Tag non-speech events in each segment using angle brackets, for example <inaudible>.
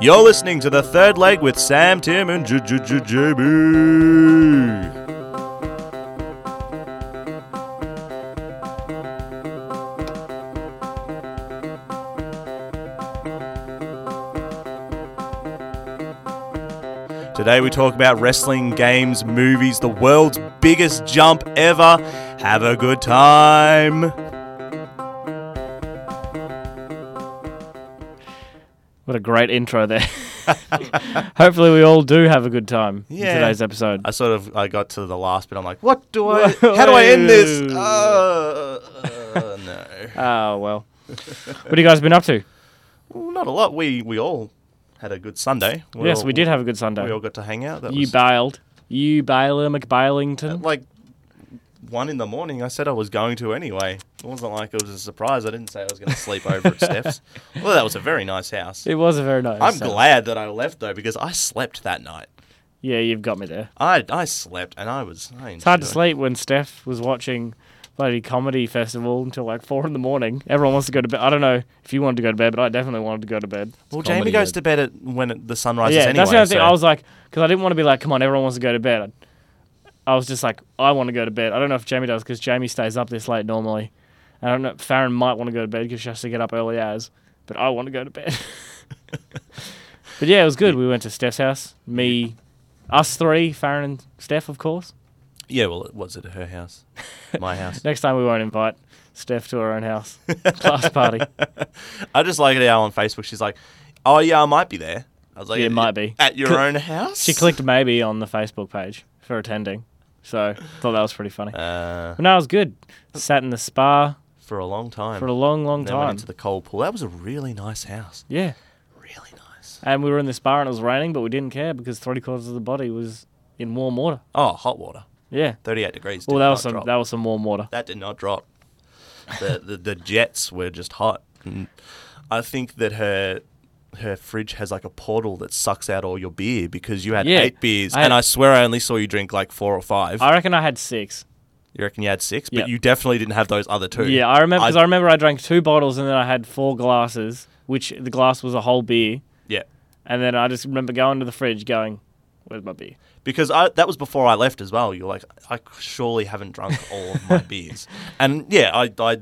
You're listening to The Third Leg with Sam, Tim, and J- J- J- Jamie. Today we talk about wrestling, games, movies, the world's biggest jump ever. Have a good time. What a great intro there. <laughs> Hopefully, we all do have a good time Yeah. in today's episode. <laughs> I sort of I got to the last bit. I'm like, what do <laughs> I? How do I end this? Whoa. Uh, uh, no, Oh, well. what have you guys been up to? well, not a lot. We we all had a good Sunday. yes, all- we did have a good We Sunday. all got to hang out. That You was bailed. You bailer McBailington. like one in the morning. I said I was going to anyway. It wasn't like it was a surprise. I didn't say I was going to sleep over at <laughs> Steph's. Well, that was a very nice house. it was a very nice. I'm Sunday. glad that I left though because I slept that night. Yeah, you've got me there. I I slept and I was. I It's hard to sleep when Steph was watching bloody comedy festival until like four in the morning. Everyone wants to go to bed. I don't know if you wanted to go to bed, but I definitely wanted to go to bed. Well, Comedy Jamie goes had- to bed at when it, the sun rises yeah, anyway. that's the only thing. so- I was like, because I didn't want to be like, come on, everyone wants to go to bed. I was just like, I want to go to bed. I don't know if Jamie does because Jamie stays up this late normally. I don't know. Farron might want to go to bed because she has to get up early hours, but I want to go to bed. <laughs> but yeah, it was good. We went to Steph's house. Me, us three, Farron and Steph, of course. Yeah, well, it was at her house, my house. <laughs> Next time we won't invite Steph to her own house. Class party. I just like it how on Facebook she's like, "Oh yeah, I might be there." I was like, Yeah, it might be. at your Cl- own house." She clicked maybe on the Facebook page for attending. So thought that was pretty funny. uh, But no, it was good. Sat in the spa for a long time. for a long, long and then went time. into the cold pool. That was a really nice house. Yeah. Really nice. And we were in this bar and it was raining, but we didn't care because three quarters of the body was in warm water. Oh, hot water, Yeah. thirty-eight degrees. Well, did that not was some drop. that was some warm water. That did not drop. The the, the jets were just hot. And I think that her her fridge has like a portal that sucks out all your beer because you had Yeah, eight beers, I had- and I swear I only saw you drink like four or five. I reckon I had six. you reckon you had six, Yeah. but you definitely didn't have those other two. Yeah, I remember because I, I- remember I drank two bottles and then I had four glasses, which the glass was a whole beer. yeah. And then I just remember going to the fridge, going, "Where's my beer?" Because I, that was before I left as well. You're like, I surely haven't drunk all of <laughs> my beers, and yeah, I, I,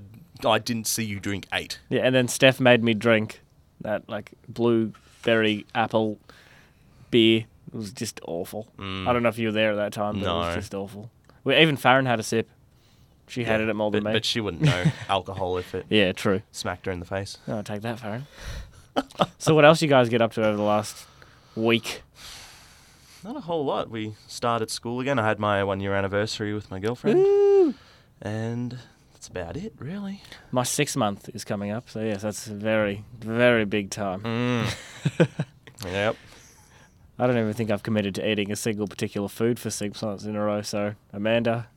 I didn't see you drink eight. Yeah, and then Steph made me drink that like blueberry apple beer. It was just awful. I don't know if you were there at that time, but it Mm. No. was just awful. Well, even Farron had a sip. She hated it more But, than me. but she wouldn't <laughs> know alcohol if it yeah, true. smacked her in the face. No, I'll take that, Farron. <laughs> so what else you guys get up to over the last week? Not a whole lot. We started school again. I had my one year anniversary with my girlfriend. And that's about it, really. My sixth month is coming up, so yes, that's a very, very big time. <laughs> Yep. I don't even think I've committed to eating a single particular food for six months in a row. So Amanda,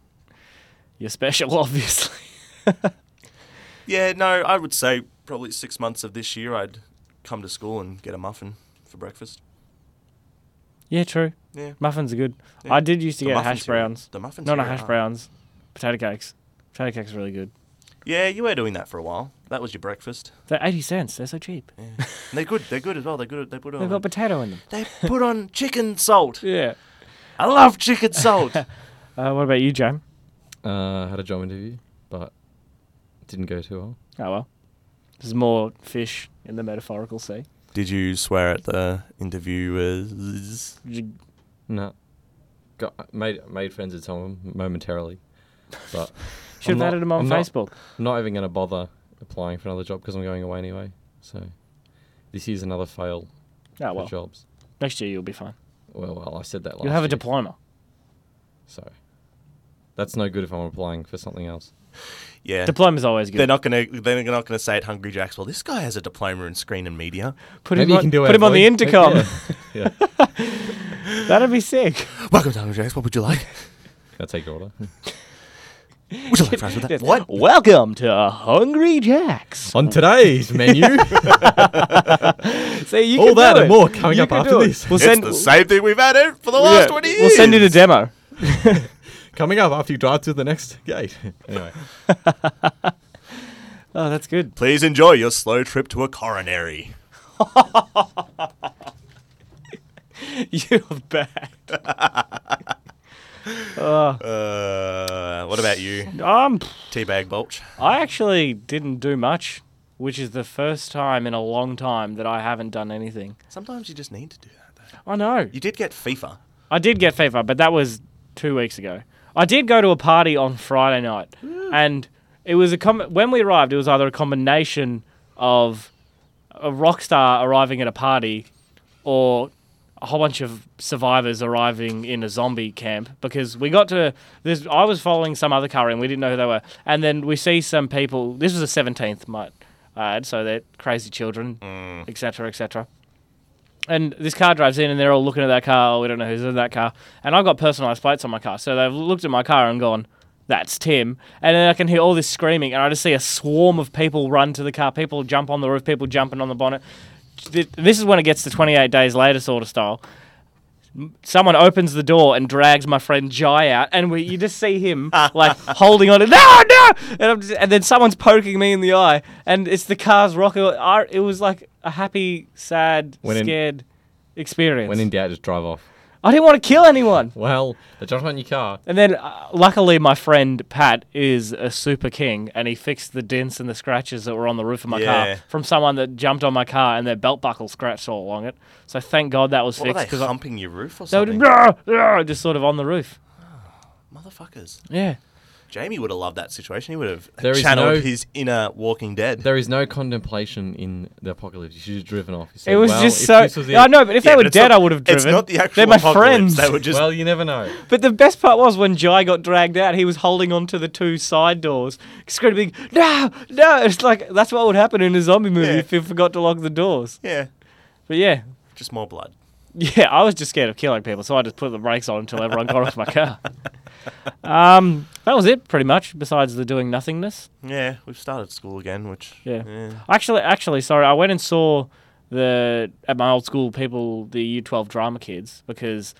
you're special, <laughs> obviously. Yeah, no, I would say probably six months of this year I'd come to school and get a muffin for breakfast. yeah, true. Yeah. Muffins are good. Yeah. I did used to The get muffins hash here- browns. The muffins. No, no here hash are- browns. Potato cakes. Potato cakes are really good. Yeah, you were doing that for a while. That was your breakfast. They're eighty cents. They're so cheap. Yeah. And they're good. They're good as well. They're good. They put on. They've got potato in them. they put on <laughs> chicken salt. Yeah. I love chicken <laughs> salt. Uh, what about you, Jam? Uh, had a job interview, but didn't go too well. Oh well. There's more fish in the metaphorical sea. Did you swear at the interviewers? You- No, got made made friends with some of them momentarily, <laughs> but Should have not- added them on I'm not- Facebook. I'm not even gonna bother applying for another job because I'm going away anyway. So this is another fail oh for well. jobs. Next year you'll be fine. Well, well, I said that last. You'll have a year, diploma. So that's no good if I'm applying for something else. Yeah. Diploma's always good. They're not gonna. They're not gonna say at Hungry Jacks. Well, this guy has a diploma in screen and media. put Maybe him you on, can do it. put him on the Maybe- intercom. Yeah, yeah. <laughs> That'd be sick. Welcome to Hungry Jacks. What would you like? Can I take your order? Would <laughs> you like fries with that? Yes. What? Welcome to Hungry Jacks. <laughs> On <laughs> today's menu, See, you all can that do and it. more coming You up can after do it. this. We'll It's send. the same thing we've had it for the last yeah, twenty years. We'll send you the demo. <laughs> Coming up after you drive to the next gate. <laughs> anyway, Oh, that's good. <laughs> Please enjoy your slow trip to a coronary. You're bad. <laughs> uh, Uh, what about you? um, Teabag Bulch. I actually didn't do much, which is the first time in a long time that I haven't done anything. Sometimes you just need to do that. Though. I know. You did get FIFA. I did get FIFA, but that was two weeks ago. I did go to a party on Friday night, and it was a com- when we arrived. It was either a combination of a rock star arriving at a party, or a whole bunch of survivors arriving in a zombie camp. Because we got to this, I was following some other car, and we didn't know who they were. And then we see some people. This was the seventeenth, might I add, so they're crazy children, etc., etc. And this car drives in, and they're all looking at that car. Oh, we don't know who's in that car. And I've got personalized plates on my car, so they've looked at my car and gone, "That's Tim." And then I can hear all this screaming, and I just see a swarm of people run to the car. People jump on the roof. People jumping on the bonnet. Th- This is when it gets to 28 days later, sort of style. M- Someone opens the door and drags my friend Jai out, and we you just <laughs> see him like holding on. To, no, no! And, I'm just, and then someone's poking me in the eye, and it's the car's rocking. I- It was like a happy, sad, When in- scared experience. When in doubt, just drive off. I didn't want to kill anyone. Well, the judgment on your car. And then, uh, luckily, my friend Pat is a super king, and he fixed the dents and the scratches that were on the roof of my Yeah. car from someone that jumped on my car and their belt buckle scratched all along it. So thank God that was What were fixed they because I humping your roof or they were something? just, "Rah, rah," just sort of on the roof. Motherfuckers. Yeah. Jamie would have loved that situation. He would have There is channeled no- his inner Walking Dead. There is no contemplation in the apocalypse. You should have driven off. You said, It was well, just if so. this was Yeah, I it- know, but if Yeah, they but were it's dead, not- I would have driven. It's not the actual They're my apocalypse. friends. They were just Well, you never know. But the best part was when Jai got dragged out, he was holding onto the two side doors, screaming, "No, no!" It's like that's what would happen in a zombie movie Yeah. if you forgot to lock the doors. yeah, But yeah, just more blood. yeah, I was just scared of killing people, so I just put the brakes on until everyone got off <laughs> my car. Um, that was it, pretty much. Besides the doing nothingness. Yeah, we've started school again, which Yeah. Actually, actually, sorry, I went and saw the at my old school people, the Year Twelve drama kids, because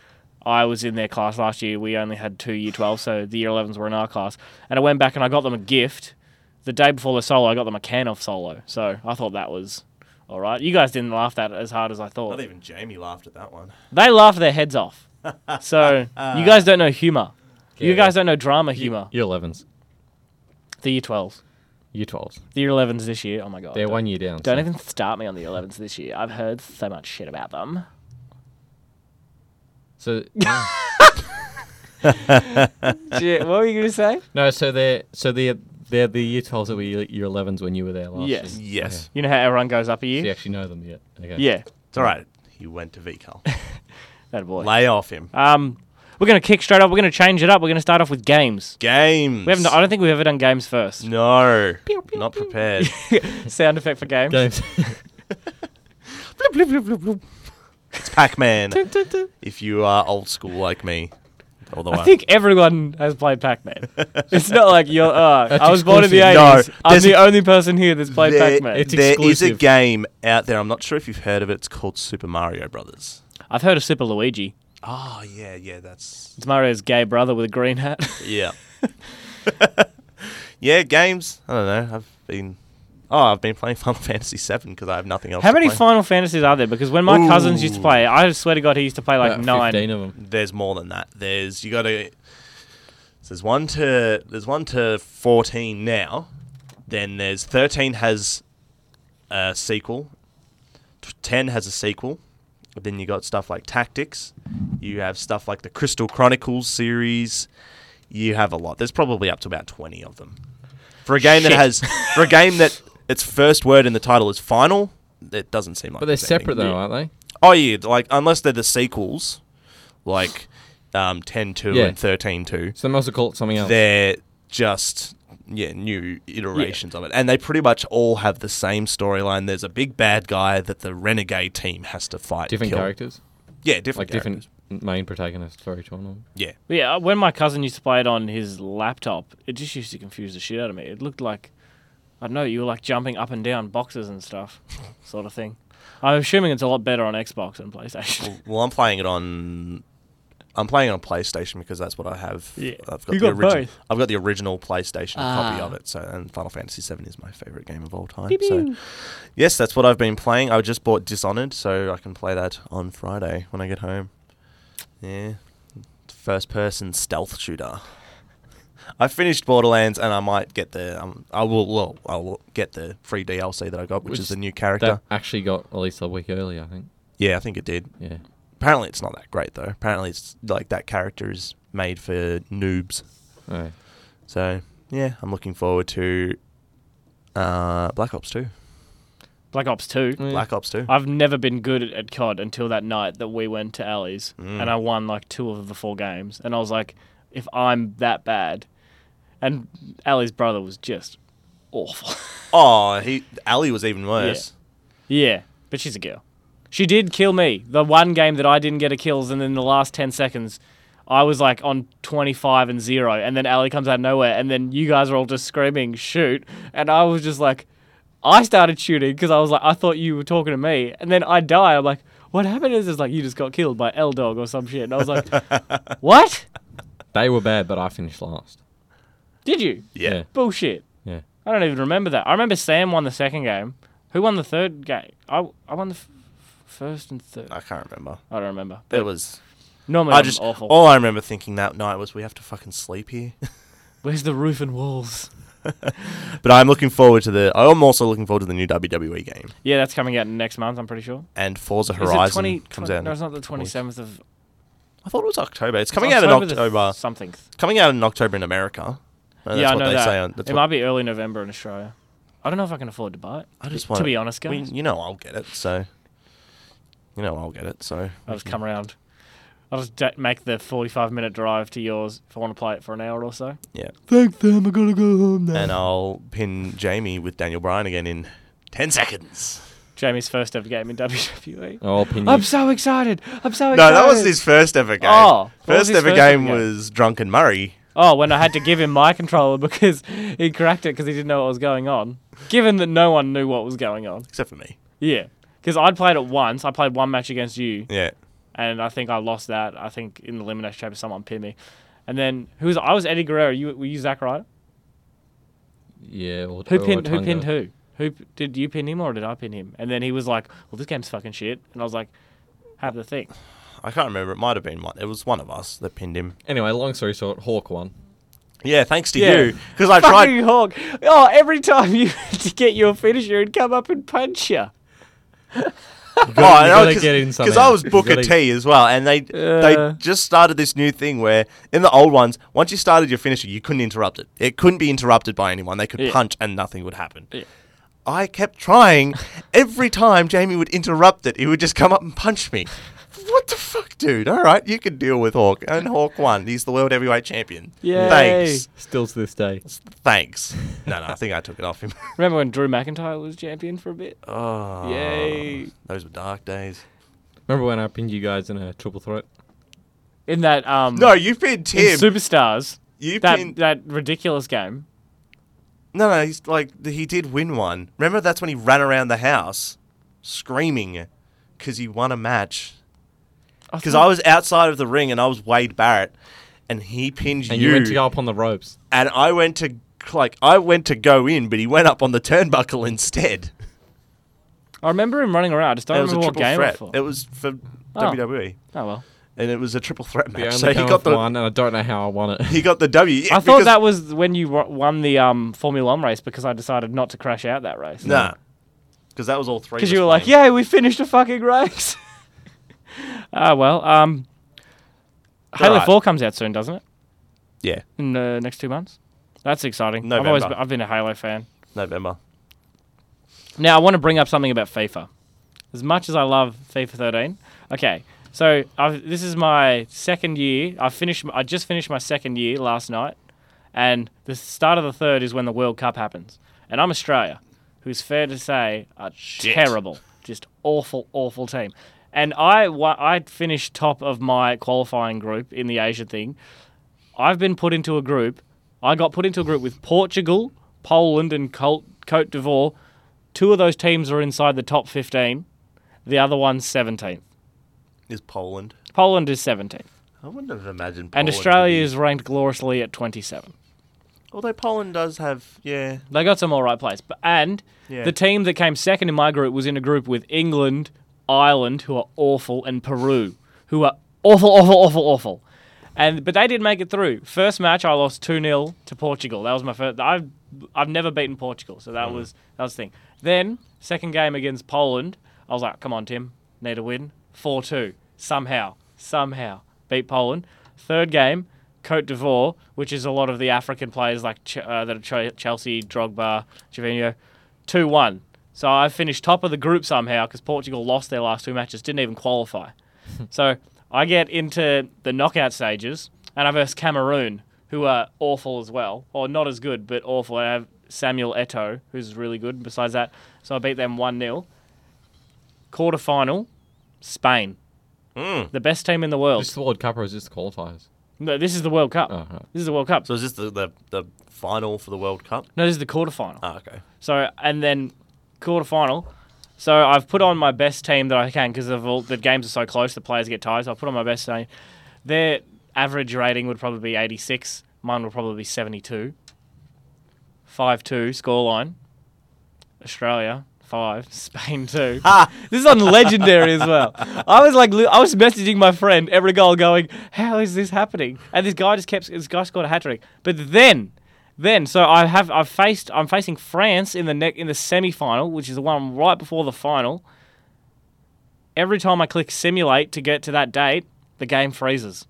I was in their class last year. We only had two Year Twelve, so the Year Elevens were in our class. And I went back and I got them a gift. The day before the solo, I got them a can of solo. So I thought that was all right. You guys didn't laugh that as hard as I thought. Not even Jamie laughed at that one. They laugh their heads off. So you guys don't know humor. You Yeah. guys don't know drama humor. Year 11s, The Year Twelves, year 12s. the Year Elevens this year. Oh my god. They're one year down. Don't so- even start me on the 11s this year. I've heard so much shit about them. So <laughs> what were you going to say? no, so they're so they're they're the year 12s that were year year 11s when you were there last. Yes. year. Yes, You know how everyone goes up a Okay. So you year? actually know them yet? Okay. Yeah. it's all right. He went to VCal. That boy. Lay off him. Um, we're going to kick straight up. We're going to change it up. We're going to start off with games. Games. We haven't. I don't think we've ever done games first. no, not prepared. <laughs> Sound effect for games. Games. it's <laughs> Pac-Man. Dun, dun, dun. if you are old school like me, although I think everyone has played Pac-Man. it's not like you're. Uh, That's I was born in the No, exclusive. 80s. I'm there's- the only person here that's played there, Pac-Man. It's there is a exclusive. game out there. I'm not sure if you've heard of it. It's called Super Mario Brothers. I've heard of Super Luigi. Oh yeah, yeah, that's It's Mario's gay brother with a green hat. yeah, <laughs> yeah. Games. I don't know. I've been oh, I've been playing <laughs> Final Fantasy VII because I have nothing else. How to many play. Final Fantasies are there? Because when my cousins used to Ooh. play, I swear to God, he used to play like <laughs> About nine. 15 of them. There's more than that. There's you got to. There's one to there's one to fourteen now. Then there's thirteen has a sequel. T- Ten has a sequel. Then you got stuff like Tactics. You have stuff like the Crystal Chronicles series. You have a lot. There's probably up to about twenty of them. For a game Shit. that has for a game that its first word in the title is final, it doesn't seem like. But they're there's anything. separate though, aren't they? Oh yeah, like unless they're the sequels, like um, ten two Yeah. Oh. and thirteen two, So they must have called it something else. they're just yeah new iterations of it, and they pretty much all have the same storyline. There's a big bad guy that the renegade team has to fight. different kill. characters, yeah, different like characters. different main protagonists for each one. of 'em. yeah. Yeah, when my cousin used to play it on his laptop, it just used to confuse the shit out of me. It looked like, I don't know, you were like jumping up and down boxes <laughs> and stuff, sort of thing. I'm assuming it's a lot better on Xbox and PlayStation. Well, I'm playing it on. I'm playing it on PlayStation because that's what I have. Yeah. I've the You got original. both. I've got the original PlayStation copy Ah. of it. So, and Final Fantasy VII is my favorite game of all time. Pew, So, pew. yes, that's what I've been playing. I just bought Dishonored, so I can play that on Friday when I get home. Yeah. First person stealth shooter. I finished Borderlands and I might get the um, I will well, I'll get the free DLC that I got, which, Which is a is new character. That actually got released a week early, I think. Yeah, I think it did. Yeah. Apparently it's not that great though. Apparently it's like that character is made for noobs. All right. So yeah, I'm looking forward to uh, Black Ops 2. Black Ops 2. Yeah. Black Ops 2. I've never been good at, at COD until that night that we went to Ali's Mm. and I won like two of the four games. And I was like, if I'm that bad. And Ali's brother was just awful. Oh, he Ali was even worse. yeah, but she's a girl. She did kill me. The one game that I didn't get a kills, and then the last 10 seconds, I was like on 25 and zero. And then Ali comes out of nowhere, and then you guys are all just screaming, shoot. And I was just like, I started shooting because I was like, I thought you were talking to me. And then I die. I'm like, what happened is, is like, you just got killed by L Dog or some shit. And I was like, what? They were bad, but I finished last. Did you? Yeah. Bullshit. Yeah. I don't even remember that. I remember Sam won the second game. Who won the third game? I, I won the f- first and third. I can't remember. I don't remember. It was Normally, I I'm just awful. all I remember thinking that night was we have to fucking sleep here. <laughs> Where's the roof and walls? but I'm looking forward to the I'm also looking forward to the new WWE game Yeah, that's coming out next month. I'm pretty sure. and Forza Is it Horizon 20 comes 20 out. No, it's not the 27th of. I thought it was October. It's it's coming out in the October. Something. Coming out in October in America. And yeah, that's I what know they that. say on that's it what- might be early November in Australia. I don't know if I can afford to buy it. I just to want be honest, guys, we- you know I'll get it, so you know I'll get it, so I'll just come around. I'll just da- make the 45 minute drive to yours if I want to play it for an hour or so. yeah. Thank them. I gotta go home now. And I'll pin Jamie with Daniel Bryan again in ten seconds. Jamie's first ever game in <laughs> WWE. Oh, I'll pin you. I'm so excited. I'm so excited. Mm. No, that was his first ever game. Oh, what was first his ever first game ever game? was Drunken Murray. Oh, when I had to give him my controller <laughs> because he cracked it because he didn't know what was going on. Given that no one knew what was going on. Except for me. Yeah. Because I'd played it once. I played one match against you, Yeah. and I think I lost that. I think in the Elimination Chamber, someone pinned me. And then who was I was Eddie Guerrero. You were you Zack Ryder? Yeah. Or, Oh, Who or pinned who Tonga. pinned who? Who p- did you pin him or did I pin him? And then he was like, "Well, this game's fucking shit," and I was like, "Have the thing." I can't remember. It might have been one. It was one of us that pinned him. Anyway, long story short, Hawk won. Yeah, thanks to Yeah. you. Because I Fucking tried. Hawk. Oh, every time <laughs> you to get your finisher, he'd come up and punch you. you gotta get in Because Oh, I somehow. was You Booker gotta- T as well, and they Yeah. they just started this new thing where in the old ones, once you started your finisher, you couldn't interrupt it. It couldn't be interrupted by anyone. They could Yeah. punch and nothing would happen. Yeah. I kept trying. <laughs> Every time Jamie would interrupt it, he would just come up and punch me. What the fuck, dude? All right, you can deal with Hawk. And Hawk won. He's the world heavyweight champion. Yay. Thanks. Still to this day. Thanks. No, no, I think I took it off him. <laughs> Remember when Drew McIntyre was champion for a bit? Oh, Yay. Those were dark days. Remember when I pinned you guys in a triple threat? In that um, No, you pinned in Tim. Superstars. you that pinned. that ridiculous game. No, no, he's like he did win one. Remember that's when he ran around the house screaming because he won a match. Because I was outside of the ring and I was Wade Barrett, and he pinned And you, you went to go up on the ropes. and I went to like I went to go in, but he went up on the turnbuckle instead. I remember him running around. I just don't it was a remember what triple game threat. it was for. It was for Oh. WWE, oh well. and it was a triple threat The match. only So he time got I've the won, and I don't know how I won it. <laughs> he got the W. Yeah, I thought because- that was when you wo- won the um, Formula One race because I decided not to crash out that race. Nah. Because that was all three. Because Because you were like, "Yay, we finished a fucking race." <laughs> Ah well. Um, Halo Alright. Four comes out soon, doesn't it? Yeah, In the next two months. That's exciting. I've always November. been, I've been a Halo fan. November. Now I want to bring up something about FIFA. As much as I love FIFA 13, okay. So I've, this is my second year. I finished. I just finished my second year last night, and the start of the third is when the World Cup happens. And I'm Australia, who's fair to say are terrible, just awful, awful team. And I, wa- I finished top of my qualifying group in the Asia thing. I've been put into a group. I got put into a group with Portugal, Poland, and Col- Cote d'Ivoire. Two of those teams are inside the top 15. The other one's 17th. Is Poland. Poland is 17th. I wouldn't have imagined. And Poland Australia would is ranked gloriously at 27. be- Although Poland does have, yeah, They got some all right plays. But, and Yeah. the team that came second in my group was in a group with England, Ireland, who are awful, and Peru, who are awful, awful, awful, awful. And but they did make it through. First match, I lost two 0 to Portugal. That was my first. I've I've never beaten Portugal, so that was that was the thing. Then second game against Poland, I was like, come on, Tim, need a win. Four two somehow somehow beat Poland. Third game, Cote d'Ivoire, which is a lot of the African players like Ch- uh, that are Ch- Chelsea, Drogba, Jovino, two one. So I finished top of the group somehow because Portugal lost their last two matches, didn't even <laughs> qualify. So I get into the knockout stages, and I verse Cameroon, who are awful as well, or not as good, but awful. I have Samuel Eto, who's really good. Besides that, so I beat them one 0 Quarter final, Spain, Mm. the best team in the world. Just the World Cup or is this the qualifiers? No, this is the World Cup. Oh, right. This is the World Cup. So is this the, the, the final for the World Cup? no, this is the quarterfinal. Ah, okay. So and then quarterfinal. So I've put on my best team that I can because of all the games are so close, the players get tired. So I put on my best team. Their average rating would probably be 86. Mine would probably be 72. 5-2 scoreline. Australia five, <laughs> Spain two. This is on legendary as well. I was like, li- I was messaging my friend every goal, going, "How is this happening?" And this guy just kept. This guy scored a hat trick. But then, then, so I have. I've faced. I'm facing France in the neck in the semi final, which is the one right before the final. Every time I click simulate to get to that date, the game freezes.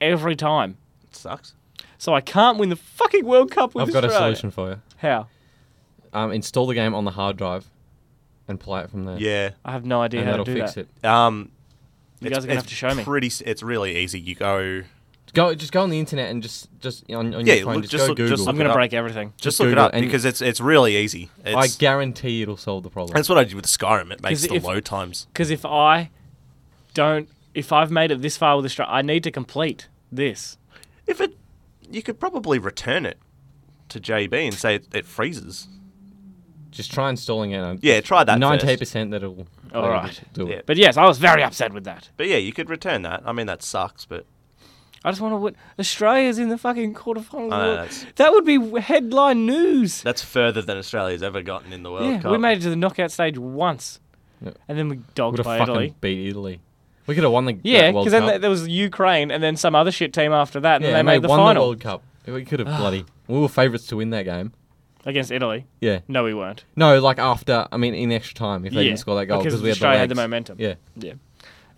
Every time. sucks. So I can't win the fucking World Cup with I've got a Australia. solution for you. How? Um, install the game on the hard drive, and play it from there. Yeah. I have no idea and how to that'll do fix that. it. Um, You it's- guys are gonna it's have to show me. Pretty. s- It's really easy. You go. Go, just go on the internet and just, just on, on Yeah, your phone, look- just, just go look- just Google. look I'm it gonna up. break everything. Just Just look Google it up and- because it's it's really easy. I It's, guarantee it'll solve the problem. that's what I did with Skyrim. It makes 'Cause the if- load times. Because if I don't, if I've made it this far with Australia, I need to complete this. If it, you could probably return it to JB and say it, it freezes. Just try installing it. And Yeah, try that. ninety-eight first. percent that'll All that'll right. do Yeah. it. But yes, I was very upset with that. But yeah, you could return that. I mean, that sucks, but I just want to win. Australia's in the fucking quarterfinal. of the I know, World- that's- that would be w- headline news. that's further than Australia's ever gotten in the World yeah, Cup. we made it to the knockout stage once, Yeah. and then we Would dogged have by fucking Italy. beat Italy. We could have won the that Yeah, World because then Cup. th- there was Ukraine and then some other shit team after that, and yeah, then they made and the won final the World Cup. <sighs> We could have bloody. We were favourites to win that game. against Italy. Yeah. No, we weren't. No, like after. I mean, in extra time, if they Yeah, didn't score that goal, because because we had Australia the, had the legs. momentum. Yeah. Yeah.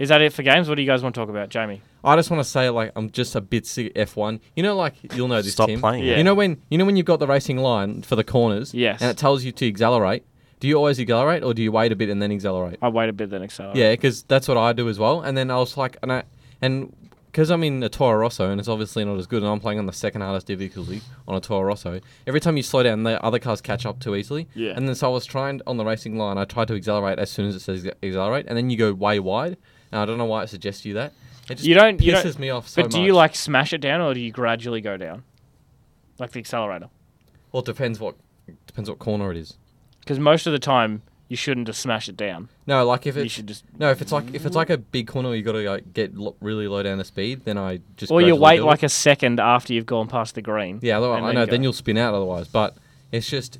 Is that it for games? What do you guys want to talk about, Jamie? I just want to say, like, I'm just a bit sick of F1. You know, like, you'll know this, Stop Tim. playing. Yeah. Yeah. You know when you know when you've got the racing line for the corners, Yes. and it tells you to accelerate. Do you always accelerate, or do you wait a bit and then accelerate? I wait a bit then accelerate. Yeah, because that's what I do as well. And then I was like, and I, and because I'm in a Toro Rosso and it's obviously not as good, and I'm playing on the second hardest difficulty on a Toro Rosso. Every time you slow down, the other cars catch up too easily. Yeah. And then so I was trying on the racing line. I tried to accelerate as soon as it says accelerate, and then you go way wide. And I don't know why it suggests you that. It just You don't- pisses you don't- me off so But do you much. like smash it down or do you gradually go down? Like the accelerator. Well, it depends what depends what corner it is. Because most of the time, you shouldn't just smash it down. No, like if you it's should just. no, if it's like if it's like a big corner, where you got to like, get lo- really low down to speed. Then I just Or you gradually wait do it. like a second after you've gone past the green. Yeah, otherwise, and I know. go. Then you'll spin out otherwise. But it's just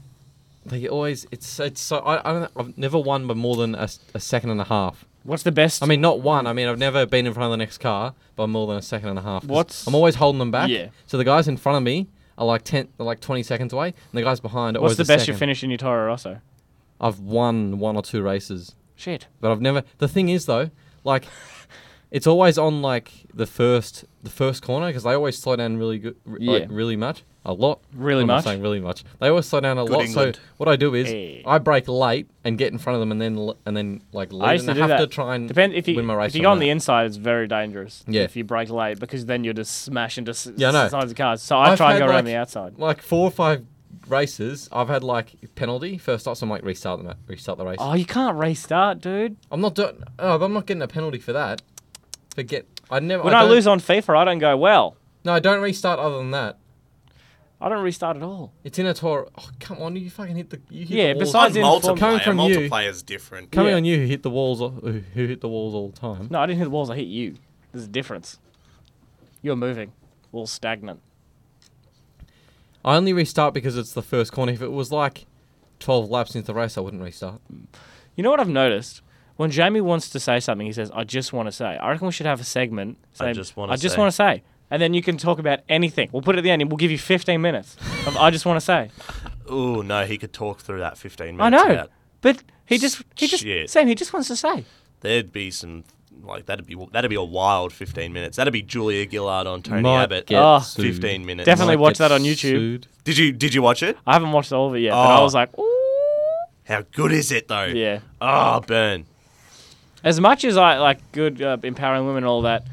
they always. It's it's so. I, I don't. I've never won by more than a, s- a second and a half. What's the best? I mean, not one. I mean, I've never been in front of the next car by more than a second and a half. 'cause What's- I'm always holding them back. Yeah. So the guys in front of me are like ten, they're like twenty seconds away, and the guys behind. Are what's always the a best you second. finish in your Toro Rosso? I've won one or two races, Shit. but I've never. The thing is though, like. It's always on like the first, the first corner because they always slow down really good, r- like, Yeah. really much, a lot, Really I'm not much? saying really much. They always slow down a Good lot. England. So what I do is Eh. I break late and get in front of them, and then l- and then like lead, I used to and do have that. to try and Depend if you win my race. if you on go on the that. inside, it's very dangerous. Yeah. If you break late, because then you're just smashing into s- Yeah, I know. sides of cars. So I I've try and had, go around like- the outside. like four or five races, I've had like penalty first stop, so I'm like restart the ma- restart the race. Oh, you can't restart, dude. I'm not doing. Oh, but I'm not getting a penalty for that. Forget. I never. When Oh, I, I don't- lose on FIFA, I don't go well. no, I don't restart. Other than that, I don't restart at all. it's in a tour. Oh, come on, you fucking hit the. You hit Yeah, the walls. besides in multiplayer. Coming from you. Multiplayer's different. coming yeah. on you, who hit the walls. all- Who who hit the walls all the time? No, I didn't hit the walls. I hit you. There's a difference. You're moving. Walls stagnant. I only restart because it's the first corner. If it was like 12 laps into the race, I wouldn't restart. You know what I've noticed? When Jamie wants to say something, he says, "I just want to say." I reckon we should have a segment. I saying, just wanna I just say." want to say, and then you can talk about anything. We'll put it at the end. and We'll give you 15 minutes of I just want to say. Oh no, he could talk through that fifteen minutes. I know, about- but he just he just Shit. Sam he just wants to say. There'd be some like that'd be that'd be a wild fifteen minutes. That'd be Julia Gillard on Tony Might Abbott. Ah, get Oh. sued. Fifteen minutes. Definitely Might watch get that on YouTube. sued. Did you did you watch it? I haven't watched all of it yet, but I Oh. was like, ooh, How good is it though? yeah. Oh, burn. As much as I like good uh, empowering women and all that,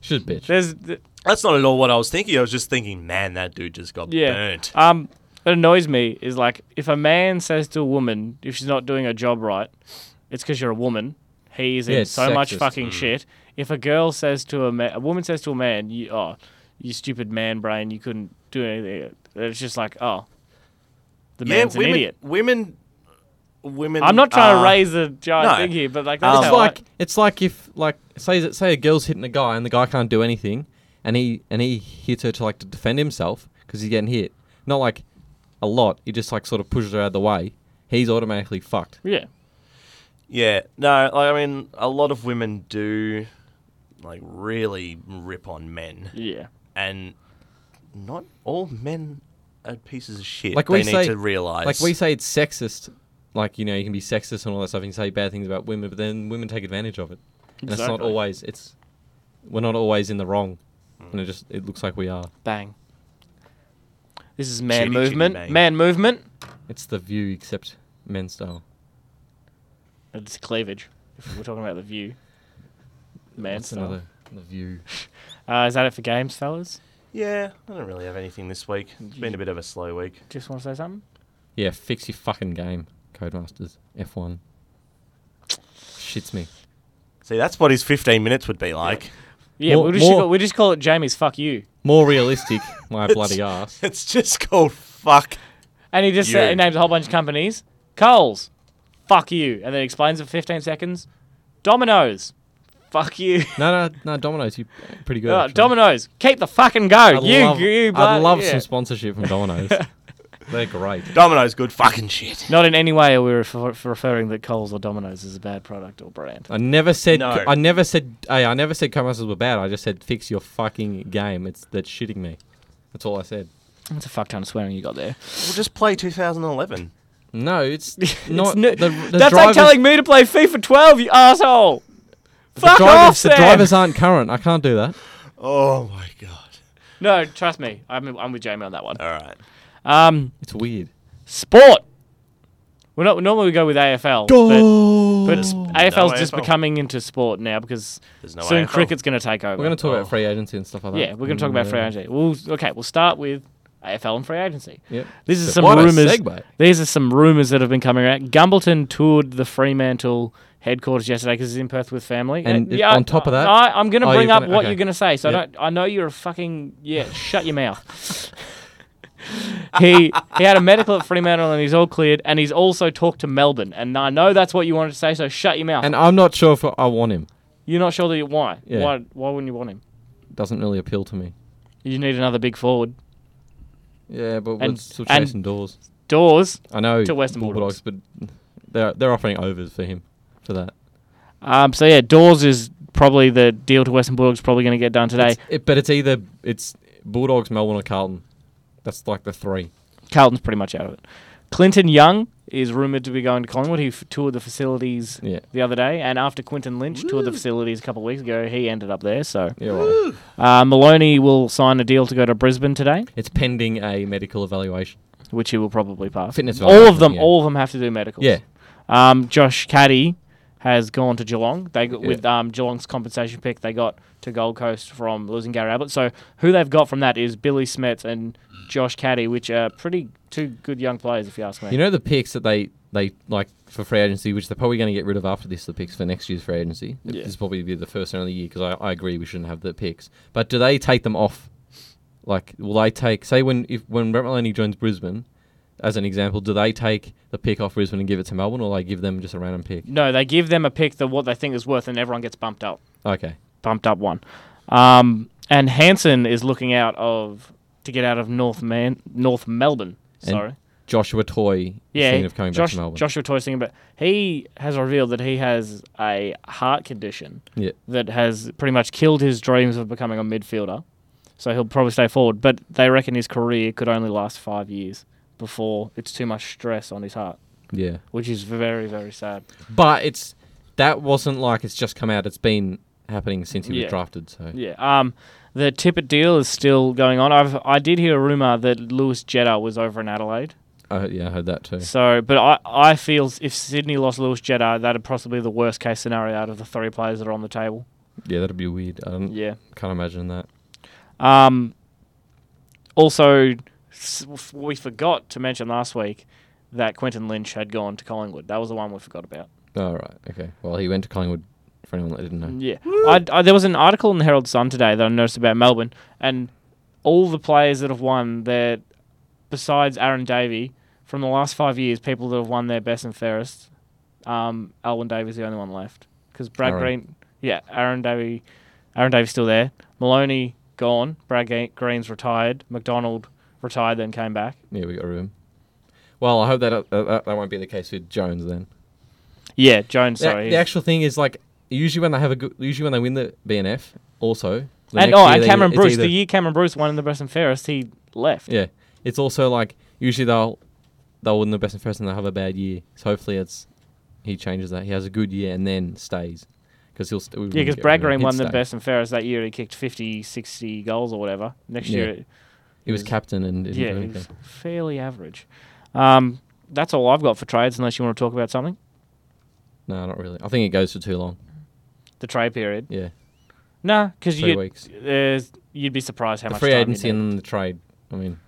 Should bitch. there's th- That's not at all what I was thinking. I was just thinking, man, that dude just got yeah. burnt. Um, what annoys me is like if a man says to a woman if she's not doing her job right, it's because you're a woman. He's Yeah, in it's so much sexist. Mm. fucking shit. If a girl says to a man, a woman says to a man, you oh, you stupid man brain, you couldn't do anything. It's just like oh, the yeah, man's women, an idiot. women, women. I'm not trying to are- raise a giant no. thing here, but like that's Um, how Ah. it's I- like it's like if like say that- say a girl's hitting a guy and the guy can't do anything and he and he hits her to like to defend himself because he's getting hit. Not like a lot. He just like sort of pushes her out of the way. He's automatically fucked. yeah. Yeah, no, like, I mean, a lot of women do like really rip on men, Yeah. and not all men are pieces of shit. Like they we need say- to realize, Like we say it's sexist. Like you know you can be sexist and all that stuff and you say bad things about women, but then women take advantage of it. And it's not Exactly. always it's we're not always in the wrong. Mm. And it just it looks like we are. Bang. This is man Chitty, chitty, movement. bang. man movement. It's the view except men's style. It's cleavage. If we're talking about the view. Man That's style. another the view. Uh, is that it for games, fellas? yeah, I don't really have anything this week. It's been a bit of a slow week. Just want to say something. Yeah, fix your fucking game, Codemasters F1. Shits me. See, that's what his fifteen minutes would be like. <laughs> Yeah, More- we just more- call, we just call it Jamie's fuck you, More <laughs> realistic, my bloody ass. It's just called fuck. and he just sa- You. he names a whole bunch of companies. Coles, fuck you, and then he explains it for 15 seconds. Dominoes, fuck you. No, no, no, Domino's, you pretty <laughs> good. Uh, actually. Dominoes, keep the fucking go. I'd you, love, you, I'd bloody- love yeah. some sponsorship from <laughs> Domino's. They're great. Domino's good fucking shit. Not in any way are we refer- referring that Coles or Dominoes is a bad product or brand. I never said. No. I never said. Hey, I never said Codemasters were bad. I just said fix your fucking game. It's that's shitting me. That's all I said. That's a fuck ton of swearing you got there. We'll just play 2011. No, it's <laughs> It's not. no- the, the That's like drivers- telling me to play FIFA 12, you asshole. the Fuck drivers, off, The Sam. drivers aren't current. I can't do that. Oh my god. No, trust me, I'm, I'm with Jamie on that one. All right. Um, It's weird. sport. We're not normally we go with AFL, but, but s- Goal. AFL's just AFL. becoming into sport now because There's no soon AFL. cricket's going to take over. We're going to talk Oh. about Mm. free agency and stuff like that. yeah, we're going to talk about free Yeah. agency. We'll, okay, we'll start with AFL and free agency. Yep. These are So some what a rumors. segue. These are some rumors that have been coming out. Gumbleton toured the Fremantle headquarters yesterday because he's in Perth with family. And Uh, it- on top of that- I, I'm going to Oh, bring you're up gonna- what okay. you're going to say. So I Yep. don't. I know you're a fucking yeah. Shut your mouth. <laughs> he he had a medical at Fremantle and he's all cleared. And he's also talked to Melbourne. And I know that's what you wanted to say. So shut your mouth. And I'm not sure if I want him. you're not sure that you why Yeah. why why wouldn't you want him? Doesn't really appeal to me. You need another big forward. Yeah, but And- we're still and- chasing doors. Doors. I know to Western Bulldogs, but they're they're offering overs for him for that. Um. So yeah, Doors is probably the deal to Western Bulldogs. Probably going to get done today. It's- it- but it's either it's Bulldogs, Melbourne, or Carlton. That's like the three. Carlton's pretty much out of it. Clinton Young is rumored to be going to Collingwood. He f- toured the facilities Yeah. the other day, and after Quinton Lynch toured the facilities a couple of weeks ago, he ended up there. So Yeah, right. uh, Maloney will sign a deal to go to Brisbane today, It's pending a medical evaluation. which he will probably pass. Fitness all of evaluation, them, yeah. all of them have to do medicals. Yeah, Um, Josh Caddy has gone to Geelong. They got, with um, Geelong's compensation pick, they got to Gold Coast from losing Gary Ablett. So who they've got from that is Billy Smets and Josh Caddy, which are pretty two good young players, if you ask me. you know the picks that they they like for free agency, which they're probably going to get rid of after this. The picks for next year's free agency. Yeah. This will probably be the first and only year because I, I agree we shouldn't have the picks. But do they take them off? Like, will they take say when if when Brett Maloney joins Brisbane, as an example, do they take the pick off Brisbane and give it to Melbourne, or they give them just a random pick? No, they give them a pick that what they think is worth, and everyone gets bumped up, Okay, bumped up one. Um, and Hanson is looking out of to get out of North Man, North Melbourne. And- Sorry, Joshua Toy Yeah, seen of coming Josh, back to Melbourne. Joshua Toy's thing, but he has revealed that he has a heart condition Yeah. that has pretty much killed his dreams of becoming a midfielder. So he'll probably stay forward, but they reckon his career could only last five years before it's too much stress on his heart, Yeah. which is very very sad. But it's that wasn't like it's just come out. It's been happening since he Yeah. was drafted. So Yeah. Um, the Tippett deal is still going on. I've I did hear a rumor that Lewis Jetta was over in Adelaide. I, yeah, I heard that too. So, but I, I feel if Sydney lost Lewis Jetta, that'd possibly be the worst case scenario out of the three players that are on the table. Yeah, that'd be weird. I don't, Yeah. can't imagine that. Um, also, s- f- we forgot to mention last week that Quentin Lynch had gone to Collingwood. That was the one we forgot about. All right. Okay. Well, he went to Collingwood. For anyone that didn't know. Yeah. I, I, there was an article in the Herald Sun today that I noticed about Melbourne, and all the players that have won their, besides Aaron Davey, from the last five years, people that have won their best and fairest, um, Alwyn Davey's the only one left. Because Brad Aaron. Green, yeah, Aaron Davey, Aaron Davey's still there. Maloney gone. Brad Ga- Green's retired. McDonald retired, then came back. Yeah, we got room. Well, I hope that uh, that, that won't be the case with Jones then. Yeah, Jones. The- Sorry. The, he's- actual thing is like usually when they have a good, usually when they win the BNF, also. the and next oh, year and they- Cameron it's Bruce. either- the year Cameron Bruce won the best and fairest, he left. Yeah, it's also like usually they'll they'll win the best and first and they'll have a bad year. So hopefully it's he changes that. He has a good year and then stays because he'll. St- we Yeah, wouldn't because get Brad rid of him. Green won He'd the stay. best and fairest that year. He kicked 50, 60 goals or whatever. Next Yeah. year, He was captain and didn't yeah, do he was anything. fairly average. Um, that's all I've got for trades, unless you want to talk about something. No, not really. I think it goes for too long. The trade period. Yeah, Nah, because three you weeks. there's- you'd be surprised how the much free time you agency need. and then the trade. I mean,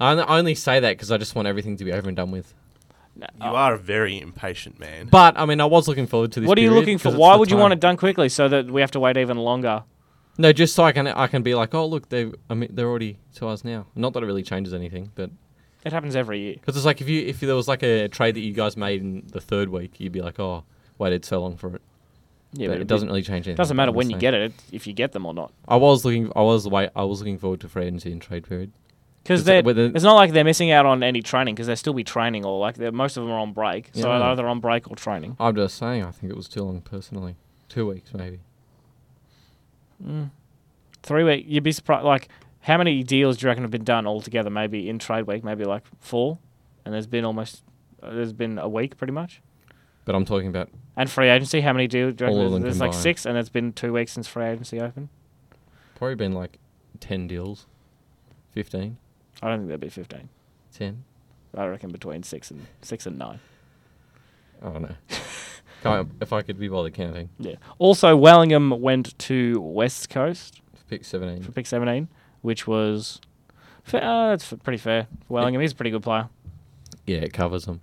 I on- I only say that because I just want everything to be over and done with. You are a very impatient man. But I mean, I was looking forward to this. What are you period looking for? 'cause it's Why the would you time- want it done quickly so that we have to wait even longer? No, just so I can I can be like, oh look, they I mean they're already to us now. Not that it really changes anything, but It happens every year. Because it's like if you if there was like a trade that you guys made in the third week, you'd be like, oh, waited so long for it. Yeah, but, but it doesn't really change anything. It doesn't matter when you get it, it's if you get them or not. I was looking. I was wait. I was looking forward to free agency and trade period. Because Is that they're whether- it's not like they're missing out on any training because they'll still be training or like they're- most of them are on break. So Yeah. they're either on break or training. I'm just saying. I think it was too long personally. Two weeks maybe. Three week. You'd be surprised. Like, how many deals do you reckon have been done altogether? Maybe in trade week, maybe like four, and there's been almost uh, there's been a week pretty much. But I'm talking about And free agency, how many deals? Do you reckon All of there's them there's like combined. six, and it's been two weeks since free agency opened. probably been like ten deals, 15, I don't think there'd be fifteen. 10. I reckon between six and six and nine. I <laughs> don't know. Can't, if I could be bothered counting, Yeah. Also, Wellingham went to West Coast pick for seventeen. pick seventeen, which was fa- uh, that's f- pretty fair. Wellingham, he's a pretty good player. Yeah, it covers them.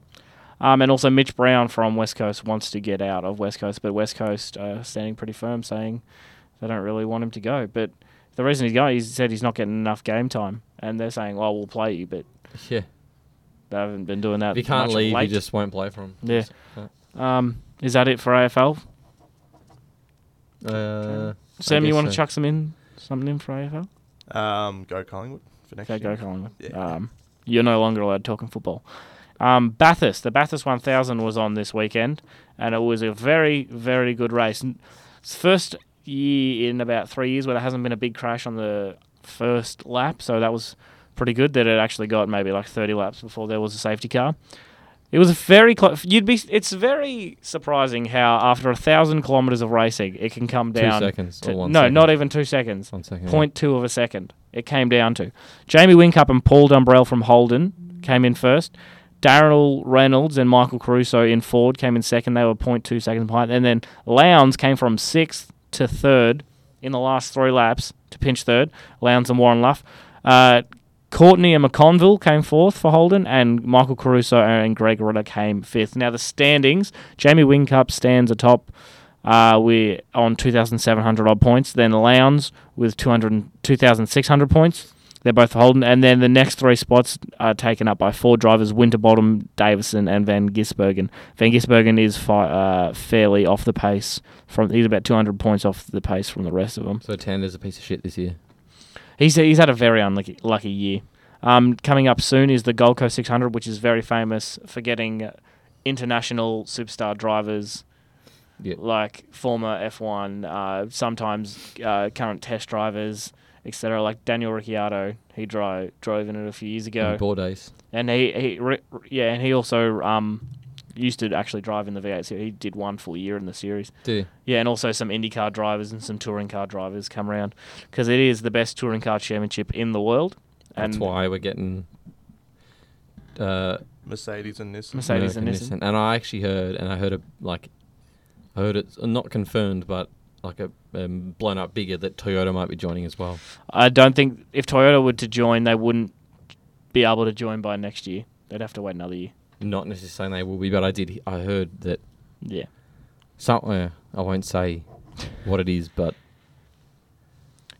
Um, and also Mitch Brown from West Coast wants to get out of West Coast, but West Coast uh, standing pretty firm, saying they don't really want him to go. But the reason he's going, he said he's not getting enough game time, and they're saying, "Oh, "Well, we'll play you," but Yeah, they haven't been doing that. if you can't much of leave, you late. just won't play for them. Yeah. Um, is that it for AFL? Uh, I Sam, you guess want to so. chuck some in, something in for AFL? Um, go Collingwood for next Okay, year. go Collingwood. Yeah. Um, you're no longer allowed talking football. Um, Bathurst, the Bathurst 1000 was on this weekend, and it was a very, very good race. N- It's the first year in about three years where there hasn't been a big crash on the first lap, so that was pretty good that it actually got maybe like 30 laps before there was a safety car. It was a very close. You'd be. It's very surprising how after a thousand kilometers of racing, it can come Two down. seconds to- or one no, second. not even two seconds One second. yeah. point two of a second. It came down to Jamie Wincup and Paul Dumbrell from Holden came in first. Daryl Reynolds and Michael Caruso in Ford came in second. They were 0.2 seconds behind. And then Lowndes came from sixth to third in the last three laps to pinch third. Lowndes and Warren Luff. Uh, Courtney and McConville came fourth for Holden, and Michael Caruso and Greg Rutter came fifth. Now the standings: Jamie Wincup stands atop. Uh, we're on 2,700 odd points. Then Lowndes with 200 and 2,600 points. They're both for Holden. And then the next three spots are taken up by four drivers Winterbottom, Davison, and Van Gisbergen. Van Gisbergen is fi- uh, fairly off the pace. from He's about 200 points off the pace from the rest of them. So Tanner's a piece of shit this year. He's he's had a very unlucky lucky year. Um, coming up soon is the Gold Coast 600, which is very famous for getting uh, international superstar drivers Yeah. like former F1, uh, sometimes uh, current test drivers, etc. Like Daniel Ricciardo, he dri- drove in it a few years ago, In Four days. and he, he ri yeah, and he also um, used to actually drive in the V8 series. He did one full year in the series. Did Yeah, and also some IndyCar drivers and some touring car drivers come around because it is the best touring car championship in the world. And That's why we're getting uh, Mercedes and Nissan. Mercedes. Mercedes and Merc And I actually heard, and I heard it like, I heard it's not confirmed, but like a um, blown up bigger that Toyota might be joining as well. I don't think if Toyota were to join, they wouldn't be able to join by next year. They'd have to wait another year. Not necessarily saying they will be, but I did. I heard that Yeah. somewhere. I won't say what it is, but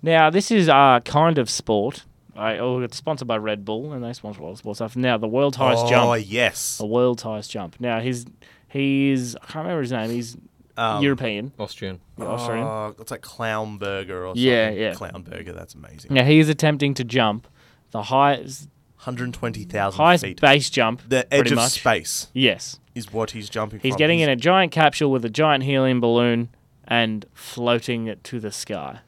Now this is uh, kind of sport. I, oh, it's sponsored by Red Bull, and they sponsor a lot of sports stuff. Now the world's highest oh, jump, yes. the world's highest jump. Now he's he is I can't remember his name. He's Um, European, Austrian. Australian. Oh, it's like clown burger or Yeah, something. yeah. Clown burger, that's amazing. Now he is attempting to jump the highest 120,000 highest feet. base jump. the edge pretty of much. space Yes, is what he's jumping he's from. getting in a giant capsule with a giant helium balloon and floating it to the sky.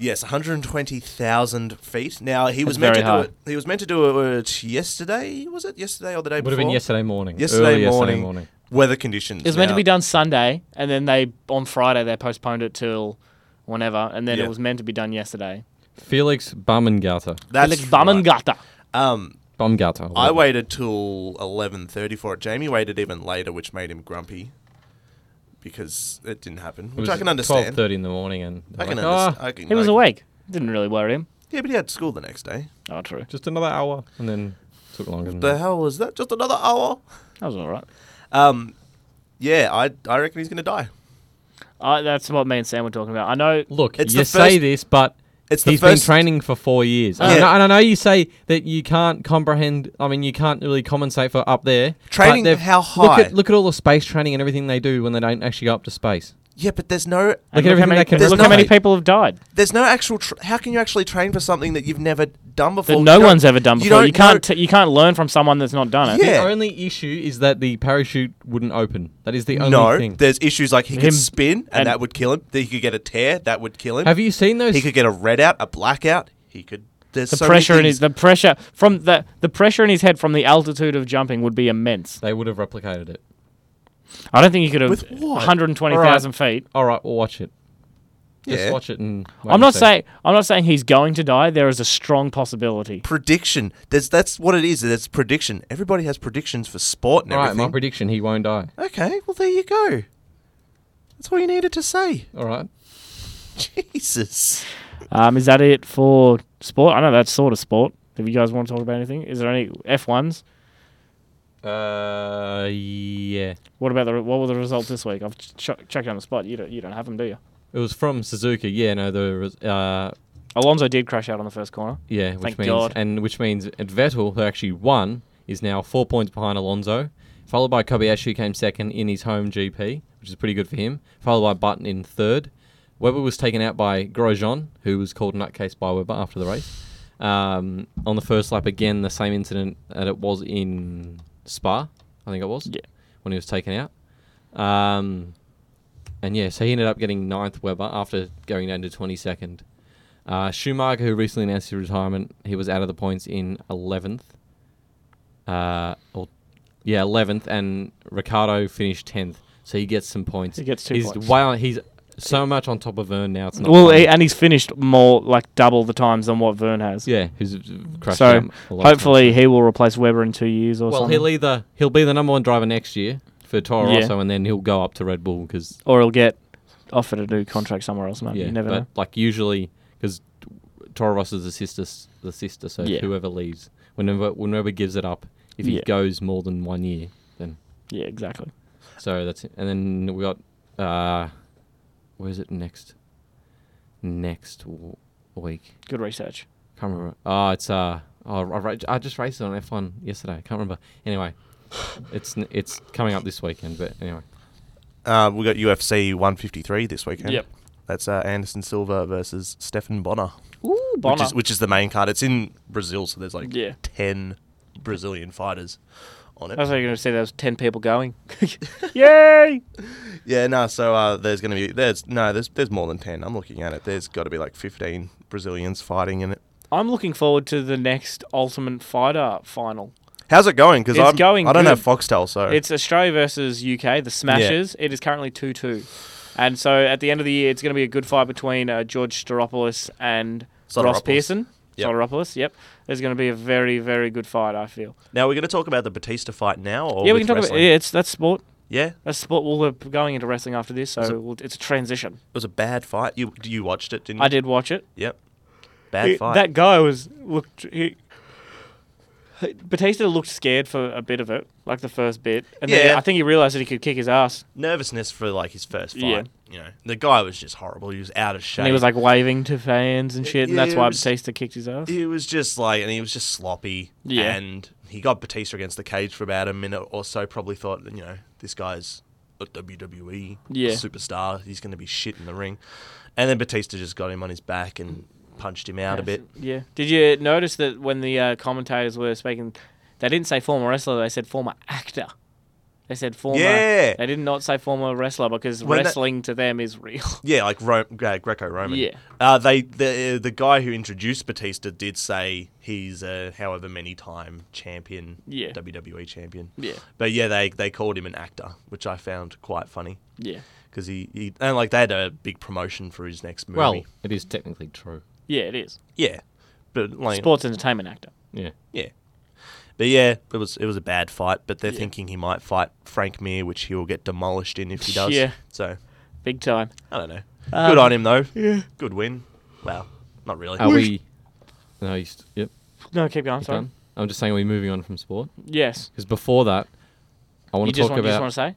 Yes, 120,000 feet. Now, he was That's meant to very high. do it. He was meant to do it yesterday, was it? Yesterday or the day Would before? have been yesterday morning. Yesterday early morning. Yesterday morning. Weather conditions. It was meant to Now- be done Sunday, and then they on Friday they postponed it till whenever, and then Yeah. it was meant to be done yesterday. Felix Baumgartner. That's Felix Baumgartner. right. Um, I Baumgartner. whatever. waited till 11:30 for it. Jamie waited even later, which made him grumpy because it didn't happen, It which was I can understand. 12:30 in the morning, and I they're can like, understand. "Ah, I can, He was I- awake. Didn't really worry him. Yeah, but he had school the next day. Oh, true. just another hour, and then took longer. Than The that. hell was that? Just another hour? That was all right. Um, yeah, I I reckon he's gonna die. I that's what me and Sam were talking about. I know. Look, It's you the say first- this, but It's the He's first. been training for four years. And, I Yeah. know, and I know you say that you can't comprehend. I mean, you can't really compensate for up there. but Training they've- how Look high? at, look at all the space training and everything they do when they don't actually go up to space. yeah, but there's no and Look at how everything many, they can look how many replicate. people have died there's no actual. Tr- how can you actually train for something that you've never done that before? no You don't- one's ever done you before. You, don't can't know- t- you can't learn from someone that's not done it. Yeah. The only issue is that the parachute wouldn't open. That is the only no, thing. there's issues like he Him could spin and, and- that would kill him. That he could get a tear that would kill him. Have you seen those? he could get a red out, a blackout. He could. There's The so many pressure in things. his the pressure from the the pressure in his head from the altitude of jumping would be immense. they would have replicated it. I don't think he could have With what? 120,000 feet. All right, we'll watch it. Just Yeah. watch it and. wait I'm and not see. saying I'm not saying he's going to die. There is a strong possibility. prediction. There's that's what it is. That's prediction. Everybody has predictions for sport and All right, my everything. prediction: he won't die. okay, well there you go. That's all you needed to say. All right. Jesus. Um, is that it for sport? I know that's sort of sport. If you guys want to talk about anything, is there any F1s? Uh, yeah. What about the what were the results this week? I've ch- ch- checked on the spot. You don't you don't have them, do you? It was from Suzuki. Yeah, no, the res- uh, Alonso did crash out on the first corner. Yeah, which Thank means God. and which means and Vettel, who actually won, is now four points behind Alonso, followed by Kobayashi, who came second in his home GP, which is pretty good for him. Followed by Button in third. Webber was taken out by Grosjean, who was called nutcase by Webber after the race. Um, on the first lap, again the same incident that it was in Spa, I think it was. Yeah. When he was taken out. Um, and yeah, so he ended up getting ninth Weber after going down to 22nd. Uh, Schumacher, who recently announced his retirement, he was out of the points in 11th. Uh, or, yeah, 11th, and Ricardo finished 10th. So he gets some points. He gets two he's points. Way on, he's so much on top of Vern now. It's not well, funny. he, and he's finished more like double the times than what Vern has. yeah, who's crashed So, out a lot of Hopefully, he will replace Weber in two years or times. well, something, he'll either he'll be the number one driver next year for Toro Yeah. Rosso, and then he'll go up to Red Bull because or he'll get offered a new contract somewhere else. Mate. Yeah, Um, you never but know. like usually because Toro Rosso's the sister, s- the sister. So Yeah. whoever leaves, whenever whenever gives it up, if he Yeah. goes more than one year, then Yeah, exactly. so that's it. and then we got uh, where's it next? Next w- week, Good research. can't remember. Oh, it's uh, oh, I, ra- I just raced it on F one yesterday. I can't remember. <sighs> Anyway, it's n- it's coming up this weekend. But anyway, Uh, we got UFC 153 this weekend. That's uh, Anderson Silva versus Stefan Bonner, Ooh, Which, Bonner. is, which is the main card. It's in Brazil, so there's like Yeah. 10 Brazilian fighters on it. I was going to say there was ten people going. <laughs> Yay! Yeah, no. So uh, there's going to be there's no there's there's more than ten. I'm looking at it. There's got to be like fifteen Brazilians fighting in it. I'm looking forward to the next Ultimate Fighter final. How's it going? Because It's I'm going I don't good. have Foxtel, so It's Australia versus UK, the Smashers. It is currently 2 2. And so at the end of the year, it's going to be a good fight between uh, George Steropoulos and Ross Soteropoulos. Pearson. Yep. Soteropoulos, yep. There's going to be a very, very good fight, I feel. now we're going to talk about the Batista fight now. Or yeah, with we can talk wrestling? about Yeah, it's that's sport. Yeah, it That's sport. Well, we're going into wrestling after this, so Is it- we'll, it's a transition. was a bad fight. You you watched it, didn't you? I did watch it. Yep. Bad It- fight. That guy was looked. He, Batista looked scared for a bit of it, like the first bit, and then Yeah. I think he realized that he could kick his ass, Nervousness for like his first fight. Yeah. You know, the guy was just horrible. He was out of shape. and he was like waving to fans and shit, and Yeah, that's it why was- Batista kicked his ass. He was just like, and he was just sloppy. Yeah. And he got Batista against the cage for about a minute or so. Probably thought, you know, this guy's a WWE Yeah. superstar. He's going to be shit in the ring. And then Batista just got him on his back and punched him out a bit. Yeah. Did you notice that when the uh, commentators were speaking, they didn't say former wrestler; they said former actor. They said former. Yeah. They did not say former wrestler because When that- wrestling to them is real. <laughs> Yeah, like Ro- uh, Greco-Roman. Yeah. Uh, they the the guy who introduced Batista did say he's a however many time champion. Yeah. WWE champion. Yeah. But yeah, they they called him an actor, which I found quite funny. Yeah. because he, he and like they had a big promotion for his next movie. Well, it is technically true. Yeah, it is. yeah, but like Sports entertainment actor. Yeah. yeah, but yeah, it was it was a bad fight. But they're Yeah. thinking he might fight Frank Mir, which he will get demolished in if he does. Yeah. So Big time. I don't know. Um, Good on him though. Yeah. Good win. Well, not really. Are we? No, you st- yep. No, keep going. you Sorry. done? I'm just saying, are we moving on from sport? Yes. Because before that, I want You to just talk want, you just about. want to say?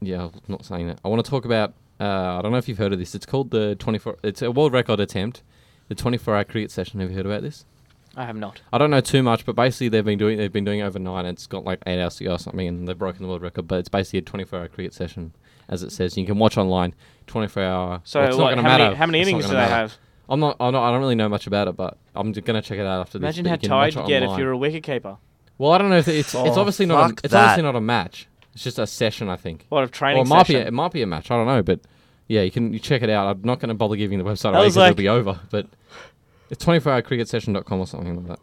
Yeah, I'm not saying that. I want to talk about. Uh, I don't know if you've heard of this. It's called the 24. It's a world record attempt. The 24-hour cricket session. Have you heard about this? I have not. I don't know too much, but basically they've been doing they've been doing it overnight. And it's got like eight hours to go or something, and they've broken the world record. But it's basically a 24-hour cricket session, as it says. You can watch online. 24-hour. So, well, it's like, not how, gonna matter. many, how many It's not innings do gonna they matter. have? I'm not, I'm not. I don't really know much about it, but I'm just gonna check it out after Imagine this. but how you can watch tired you it get if online. you're a wicket keeper. Well, I don't know if it's it's Oh, obviously not a, fuck it's that. obviously not a match. It's just a session, I think. What of Or training it might be session? a, it might be a match. I don't know, but yeah, you can you check it out. I'm not going to bother giving the website I away was because like- it'll be over. But it's 24hourcricketsession.com or something like that.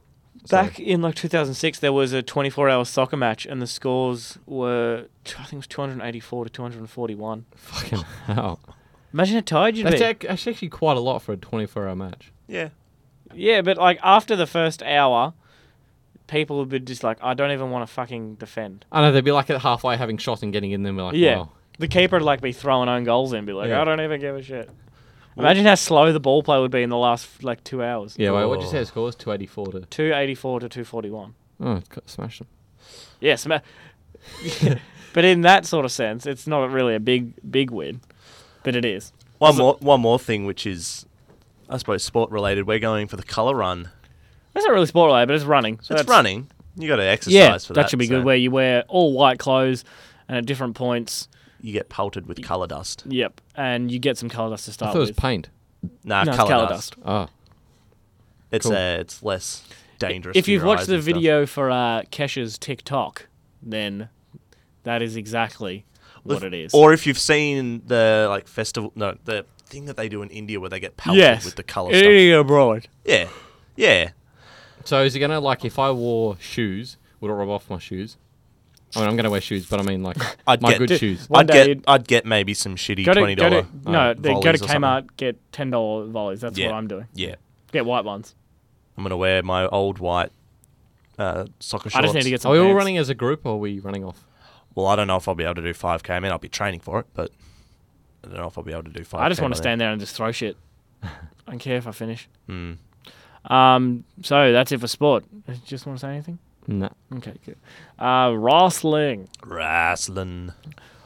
So, Back in like 2006, there was a 24-hour soccer match, and the scores were t- I think it was 284 to 241. fucking <laughs> hell, Imagine how tired you'd that's, be. ac- that's actually quite a lot for a 24-hour match. yeah, Yeah, but like after the first hour, people would be just like, I don't even want to fucking defend. I know they'd be like at halfway having shots and getting in, then we're like, Yeah. wow. The keeper would like be throwing own goals in, be like, Yeah. I don't even give a shit. Imagine how slow the ball play would be in the last like two hours. Yeah, wait, what'd you say Oh. the score was? 284 to. 284 to 241. Oh, it's got smashed them. Yes, ma- <laughs> but in that sort of sense, it's not really a big big win, but it is. one more one more thing, which is I suppose sport related. We're going for the color run. That's not really sport related, but it's running. So It's that's, running. You got to exercise Yeah, for that, that. should be so good. Where you wear all white clothes and at different points. you get pelted with color dust. Yep, and you get some colour dust to I start thought it was with. paint. Nah, No, it's color, colour dust. Oh, It's Cool. uh, it's less dangerous. If for you've your watched eyes the and stuff. video for uh, Kesha's TikTok, then that is exactly what If- it is. Or if you've seen the like festival, no, the thing that they do in India where they get pelted yes, with the color stuff. Eating abroad. Yeah, yeah. So is it gonna like if I wore shoes, would it rub off my shoes? I mean, I'm gonna wear shoes, but I mean like <laughs> I'd my get- good Dude, shoes. One I'd day get, you'd- I'd get maybe some shitty Go to, twenty go dollar. uh, to, no, they go to volleys or something. Kmart, get ten dollar volleys. That's Yeah. what I'm doing. Yeah, Get white ones. I'm gonna wear my old white uh, soccer shorts. Oh, I just need to get some. Are we all pants. running as a group, or are we running off? Well, I don't know if I'll be able to do five k. I mean, I'll be training for it, but I don't know if I'll be able to do five. I just want to stand there and just <laughs> throw shit. I don't care if I finish. Mm. Um, so that's it for sport. Just want to say anything? No. Okay, good. Uh, wrestling. Wrestling.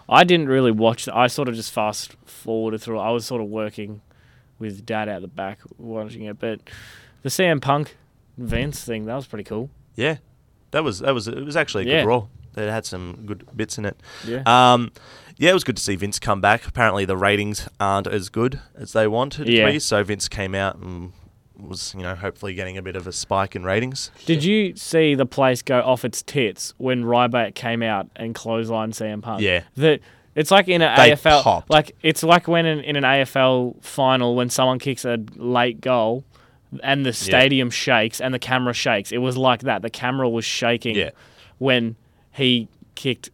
I didn't really watch. The, I sort of just fast forwarded through. I was sort of working with dad out the back watching it, but the CM Punk Vince thing that was pretty cool. Yeah, that was that was it was actually a Yeah. good raw. They had some good bits in it. Yeah. Um, yeah, it was good to see Vince come back. Apparently, the ratings aren't as good as they wanted Yeah. to be, so Vince came out and was, you know, hopefully getting a bit of a spike in ratings. Did you see the place go off its tits when Ryback came out and clotheslined CM Punk? Yeah. That it's like in an They AFL, popped. like it's like when in, in an AFL final when someone kicks a late goal, and the stadium shakes and the camera shakes. It was like that. The camera was shaking Yeah. when he kicked,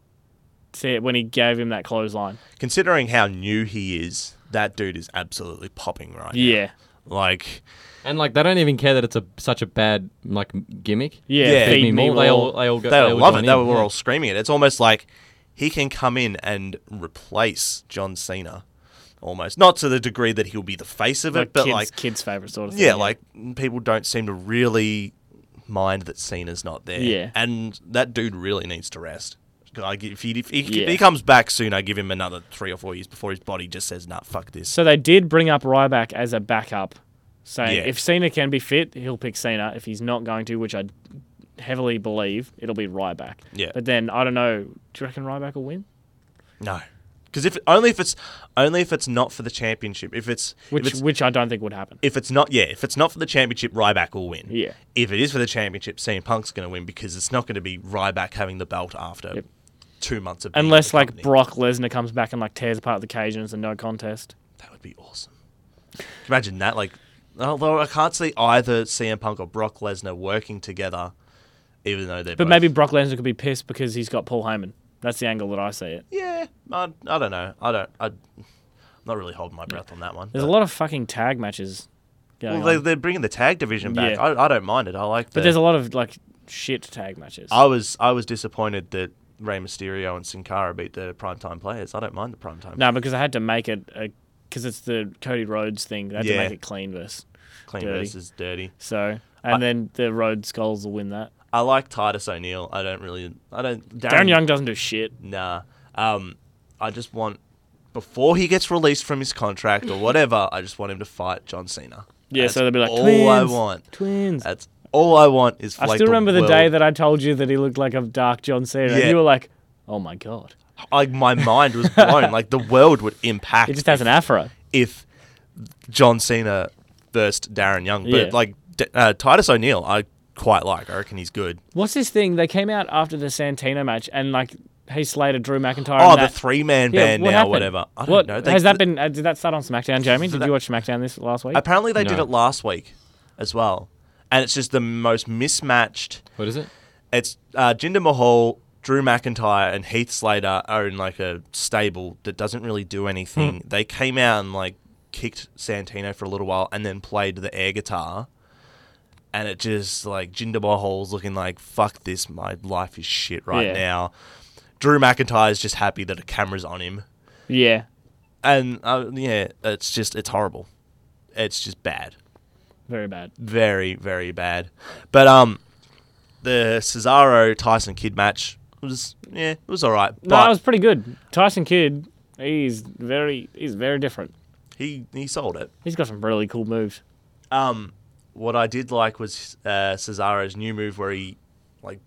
see, when he gave him that clothesline. Considering how new he is, that dude is absolutely popping right now. Yeah, Like, And like they don't even care that it's a such a bad like gimmick. yeah. Yeah. Feed Feed me more. They all they all go. they all love it. join They in, were yeah. all screaming it. It's almost like he can come in and replace John Cena, almost. Not to the degree that he'll be the face of it, like but kids, like, kids' favorite sort of thing. yeah, like people don't seem to really mind that Cena's not there. Yeah. and that dude really needs to rest. Like if he if he, Yeah. if he comes back soon, I give him another three or four years before his body just says, "Nah, fuck this." So they did bring up Ryback as a backup, saying Yeah. if Cena can be fit, he'll pick Cena. If he's not going to, which I heavily believe, it'll be Ryback. Yeah. But then I don't know. Do you reckon Ryback will win? no, because if only if it's only if it's not for the championship. If it's if Which it's, which I don't think would happen. if it's not yeah, if it's not for the championship, Ryback will win. Yeah. If it is for the championship, CM Punk's going to win because it's not going to be Ryback having the belt after Yep. two months of being in Unless the like company. Brock Lesnar comes back and like tears apart the cage and it's a no contest. That would be awesome. Imagine that. Like, although I can't see either CM Punk or Brock Lesnar working together, even though they're. But both- maybe Brock Lesnar could be pissed because he's got Paul Heyman. That's the angle that I see it. Yeah, I, I don't know. I don't. I, I'm not really holding my breath on that one. There's a but- lot of fucking tag matches going Well, they, on. they're bringing the tag division back. Yeah. I, I don't mind it. I like. The, But there's a lot of like shit tag matches. I was I was disappointed that Rey Mysterio and Sin Cara beat the primetime players. I don't mind the primetime. No, because I had to make it because it's the Cody Rhodes thing. They had Yeah. to make it clean verse. clean dirty. versus dirty. So, and I- then the Rhodes goals will win that. I like Titus O'Neil. I don't really. I don't. Darren Young doesn't do shit. Nah. Um, I just want before he gets released from his contract or whatever. I just want him to fight John Cena. Yeah, That's so they'll be like all twins. I want. Twins. That's all I want is. For I like still remember the, world- day that I told you that he looked like a dark John Cena. and Yeah. You were like, "Oh my god, like my mind was blown. like the world would impact. he just has an afro." if John Cena versed Darren Young, but Yeah. like D- uh, Titus O'Neil, I quite like. I reckon he's good. What's this thing? They came out after the Santino match and like Heath Slater, Drew McIntyre. Oh, and the that. three man Yeah, band what now, happened? whatever. I don't What- know. has that th- been? Uh, did that start on SmackDown, Jamie? Did that- you watch SmackDown this last week? Apparently, they did No. it last week as well, and it's just the most mismatched. What is it? It's uh, Jinder Mahal, Drew McIntyre, and Heath Slater are in like a stable that doesn't really do anything. They came out and like kicked Santino for a little while, and then played the air guitar. And it just like Jinder Mahal's looking like fuck this, my life is shit right Yeah. now. Drew McIntyre's just happy that a camera's on him, yeah, and uh, yeah, it's just it's horrible. It's just bad very bad. very very bad. But um, the Cesaro Tyson Kidd match was yeah, it was all right. No, But it was pretty good. Tyson Kidd, he's very he's very different. he he sold it. He's got some really cool moves. Um, what I did like was uh, Cesaro's new move where he like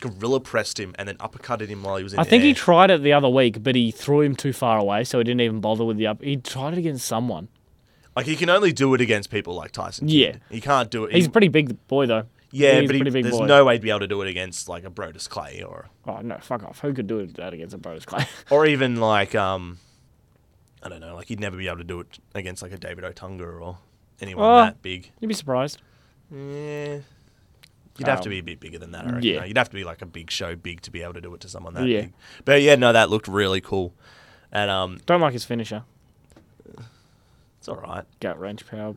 gorilla pressed him and then uppercutted him while he was in. I think air. he tried it the other week, but he threw him too far away, so he didn't even bother with the up. He tried it against someone. like he can only do it against people like Tyson. Kidd. Yeah. he can't do it. He's he- a pretty big boy though. yeah, he's but a he, pretty big there's boy. no way to be able to do it against like a Brodus Clay or Oh no, fuck off! Who could do that against a Brodus Clay? or even like um, I don't know, like he'd never be able to do it against like a David Otunga or anyone Oh. that big. <laughs> You'd be surprised. Yeah. You'd have to Um, be a bit bigger than that, I reckon. yeah. though. You'd have to be like a big show big to be able to do it to someone that Yeah. big. But yeah, no, that looked really cool. And um Don't like his finisher. it's all right. Gut wrench power,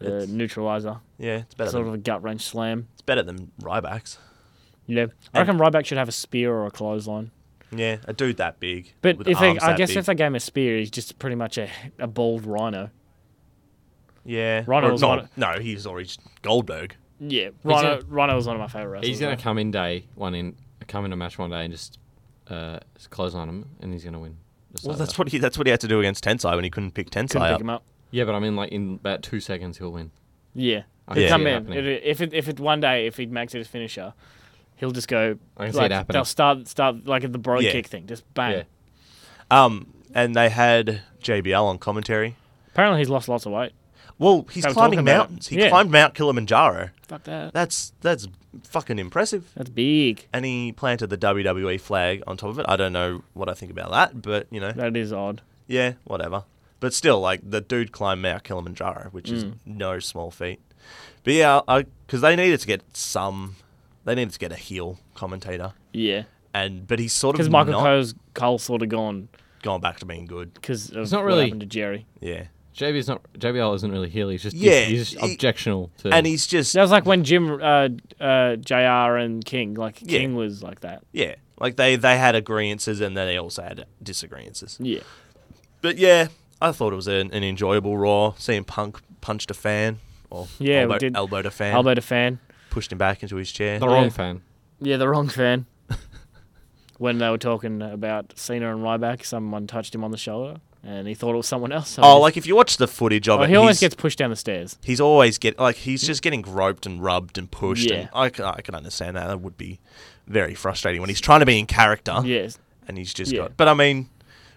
the It's- neutralizer, Yeah, it's better sort than of a gut wrench slam. it's better than Ryback's. Yeah, I reckon Ryback should have a spear or a clothesline. Yeah, a dude that big. But with if they, arms I that guess big. if they gave him a spear, he's just pretty much a, a bald rhino. Yeah. Rhino Or was one not, no, he's already Goldberg. Yeah, Rhino, gonna- Rhino was one of my favorite wrestlers. He's gonna though. come in day one in come in a match one day and just uh just close on him and he's gonna win. Just Well like that's that. what he that's what he had to do against Tensai when he couldn't pick Tensai Couldn't pick up. him up. Yeah, but I mean like in about two seconds he'll win. Yeah, I he'd can come see it in. happening. It, if it, if it one day if he makes it his finisher, he'll just go. I can see it like, happening. They'll start start like at the bro Yeah. kick thing, just bang. Yeah. Um, and they had JBL on commentary. Apparently, he's lost lots of weight. Well, he's They were talking climbing about it. mountains. He Yeah. climbed Mount Kilimanjaro. Fuck that. That's that's fucking impressive. That's big. And he planted the WWE flag on top of it. I don't know what I think about that, but you know, That is odd. yeah, whatever. But still, like the dude climbed Mount Kilimanjaro, which is Mm. no small feat. But yeah, because they needed to get some, they needed to get a heel commentator, Yeah, and but he's sort because of Michael not Cole's Cole sort of gone gone back to being good. because of It's not what really- happened to Jerry. Yeah, JBL's not JBL isn't really heel. He's just Yeah, he's, just he- objectional to and he's just That was like when Jim, uh, uh, Jr. and King, like Yeah. King was like that. yeah, like they they had agreements and then they also had disagreements. Yeah, But yeah, I thought it was an, an enjoyable Raw. Seeing Punk punched a fan, or Yeah, we elbow, did. elbowed a fan, Albert a fan. pushed him back into his chair. the wrong Yeah. fan. Yeah, the wrong fan. when they were talking about Cena and Ryback, someone touched him on the shoulder, and he thought it was someone else. so Oh, he- like if you watch the footage of Oh, it, he always he's- gets pushed down the stairs. he's always get like he's just getting groped and rubbed and pushed. Yeah. And I, can- I can understand that. That would be very frustrating when he's trying to be in character Yes. and he's just Yeah. got. But I mean,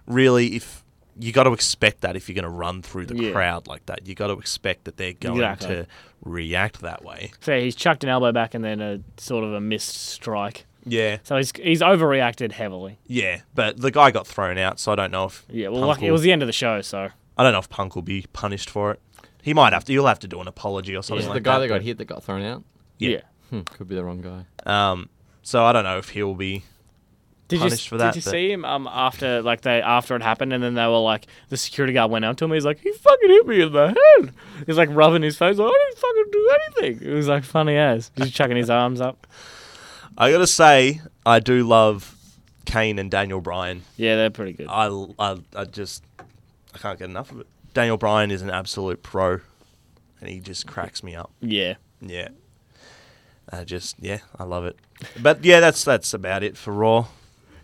really, if you got to expect that if you're going to run through the Yeah. crowd like that, you got to expect that they're going Exactly. to react that way. So yeah, he's chucked an elbow back and then a sort of a missed strike. Yeah, So he's he's overreacted heavily. yeah. But the guy got thrown out, so I don't know if Yeah, well, Punk lucky, it will- was the end of the show, so I don't know if Punk will be punished for it. He might have to. You'll have to do an apology or Is something it like the guy that, that. got hit that got thrown out? Yeah. yeah. Hmm, could be the wrong guy. but- Um, so I don't know if he'll be. Did you, Punished for that, did but- you see him um, after like they after it happened and then they were like the security guard went out to him he's like he fucking hit me in the head he's like rubbing his face like I didn't fucking do anything it was like funny as he's chucking his arms up I gotta say, I do love Kane and Daniel Bryan. yeah they're pretty good I, I, I just I can't get enough of it. Daniel Bryan is an absolute pro, and he just cracks me up. yeah Yeah, I just yeah, I love it. But yeah, that's that's about it for Raw.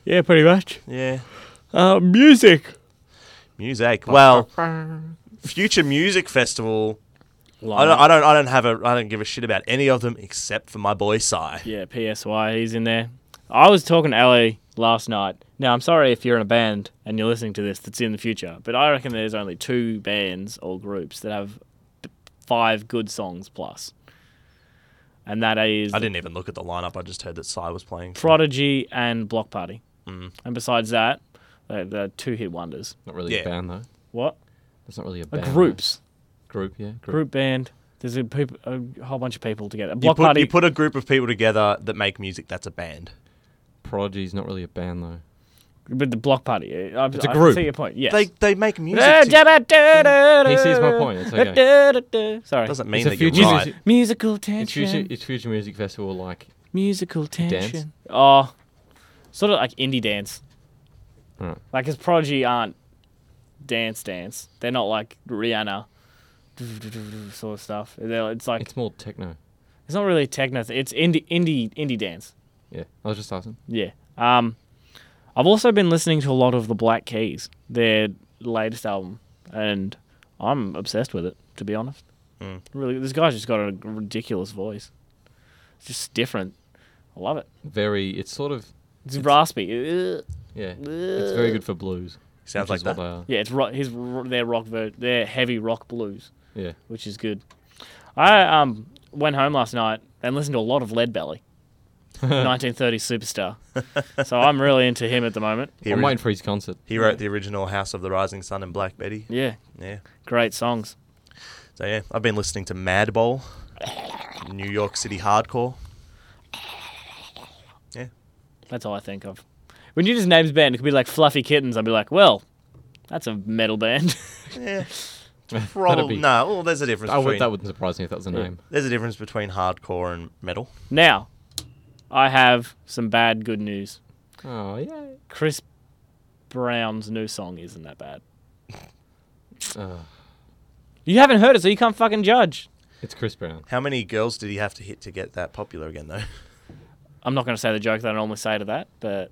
yeah pretty much Yeah, uh, music music. Well, future music festival. I don't, I don't, I don't have a, I don't give a shit about any of them except for my boy Psy. Yeah, PSY, he's in there. I was talking to Ali last night. Now, I'm sorry if you're in a band and you're listening to this that's in the future, but I reckon there's only two bands or groups that have p- five good songs plus. And that is I didn't even look at the lineup. I just heard that Psy was playing. Prodigy and Block Party. Mm-hmm. And besides that, they're, they're two hit wonders. Not really Yeah. a band though. What? That's not really a A band. though. groups. Group, yeah. Group. Group band. There's a, peop- a whole bunch of people together. You Block put, Party. you put a group of people together that make music. That's a band. Prodigy's not really a band though. but the Block Party. I, It's a I group. see your point. Yes. Uh, They they make music. Da- to- da- da- da- da- He sees my da- point, it's da- okay. da- da- da. Uh, Sorry. doesn't mean It's a that you're future- right. it's- Musical It's future, tension. it's future music festival like. Musical tension. Oh, sort of like indie dance. Alright. Like his Prodigy aren't dance dance. They're not like Rihanna sort of stuff. They're, it's like it's, It's more techno. not really techno. th- It's indie indie indie dance. Yeah, I was just asking. Yeah. Um, I've also been listening to a lot of the Black Keys, their latest album, and I'm obsessed with it. To be honest, Mm. really, this guy's just got a ridiculous voice. It's just different. I love it. Very. It's sort of. It's, raspy. Ugh. Yeah. It's very good for blues. Sounds which like is that. what Yeah, it's ro- his ro- their rock ver- their heavy rock blues, they are. Yeah. which is good. I um went home last night and listened to a lot of Leadbelly, <laughs> 1930s superstar. so I'm really into him at the moment. He, I'm ori- waiting for his concert. he wrote the original House of the Rising Sun and Black Betty. Yeah, Yeah. great songs. So yeah, I've been listening to Mad Bowl, New York City hardcore. Yeah. That's all I think of. When you just names band, it could be like Fluffy Kittens. I'd be like, well, that's a metal band. <laughs> Yeah. <laughs> That'd Probably be- no. well, there's a difference. I would, between, Oh, that wouldn't surprise me if that was the name. There's a difference between hardcore and metal. now, I have some bad good news. Oh yeah. Chris Brown's new song isn't that bad. Oh, You haven't heard it, so you can't fucking judge. it's Chris Brown. How many girls did he have to hit to get that popular again, though? <laughs> I'm not going to say the joke that I normally say to that, but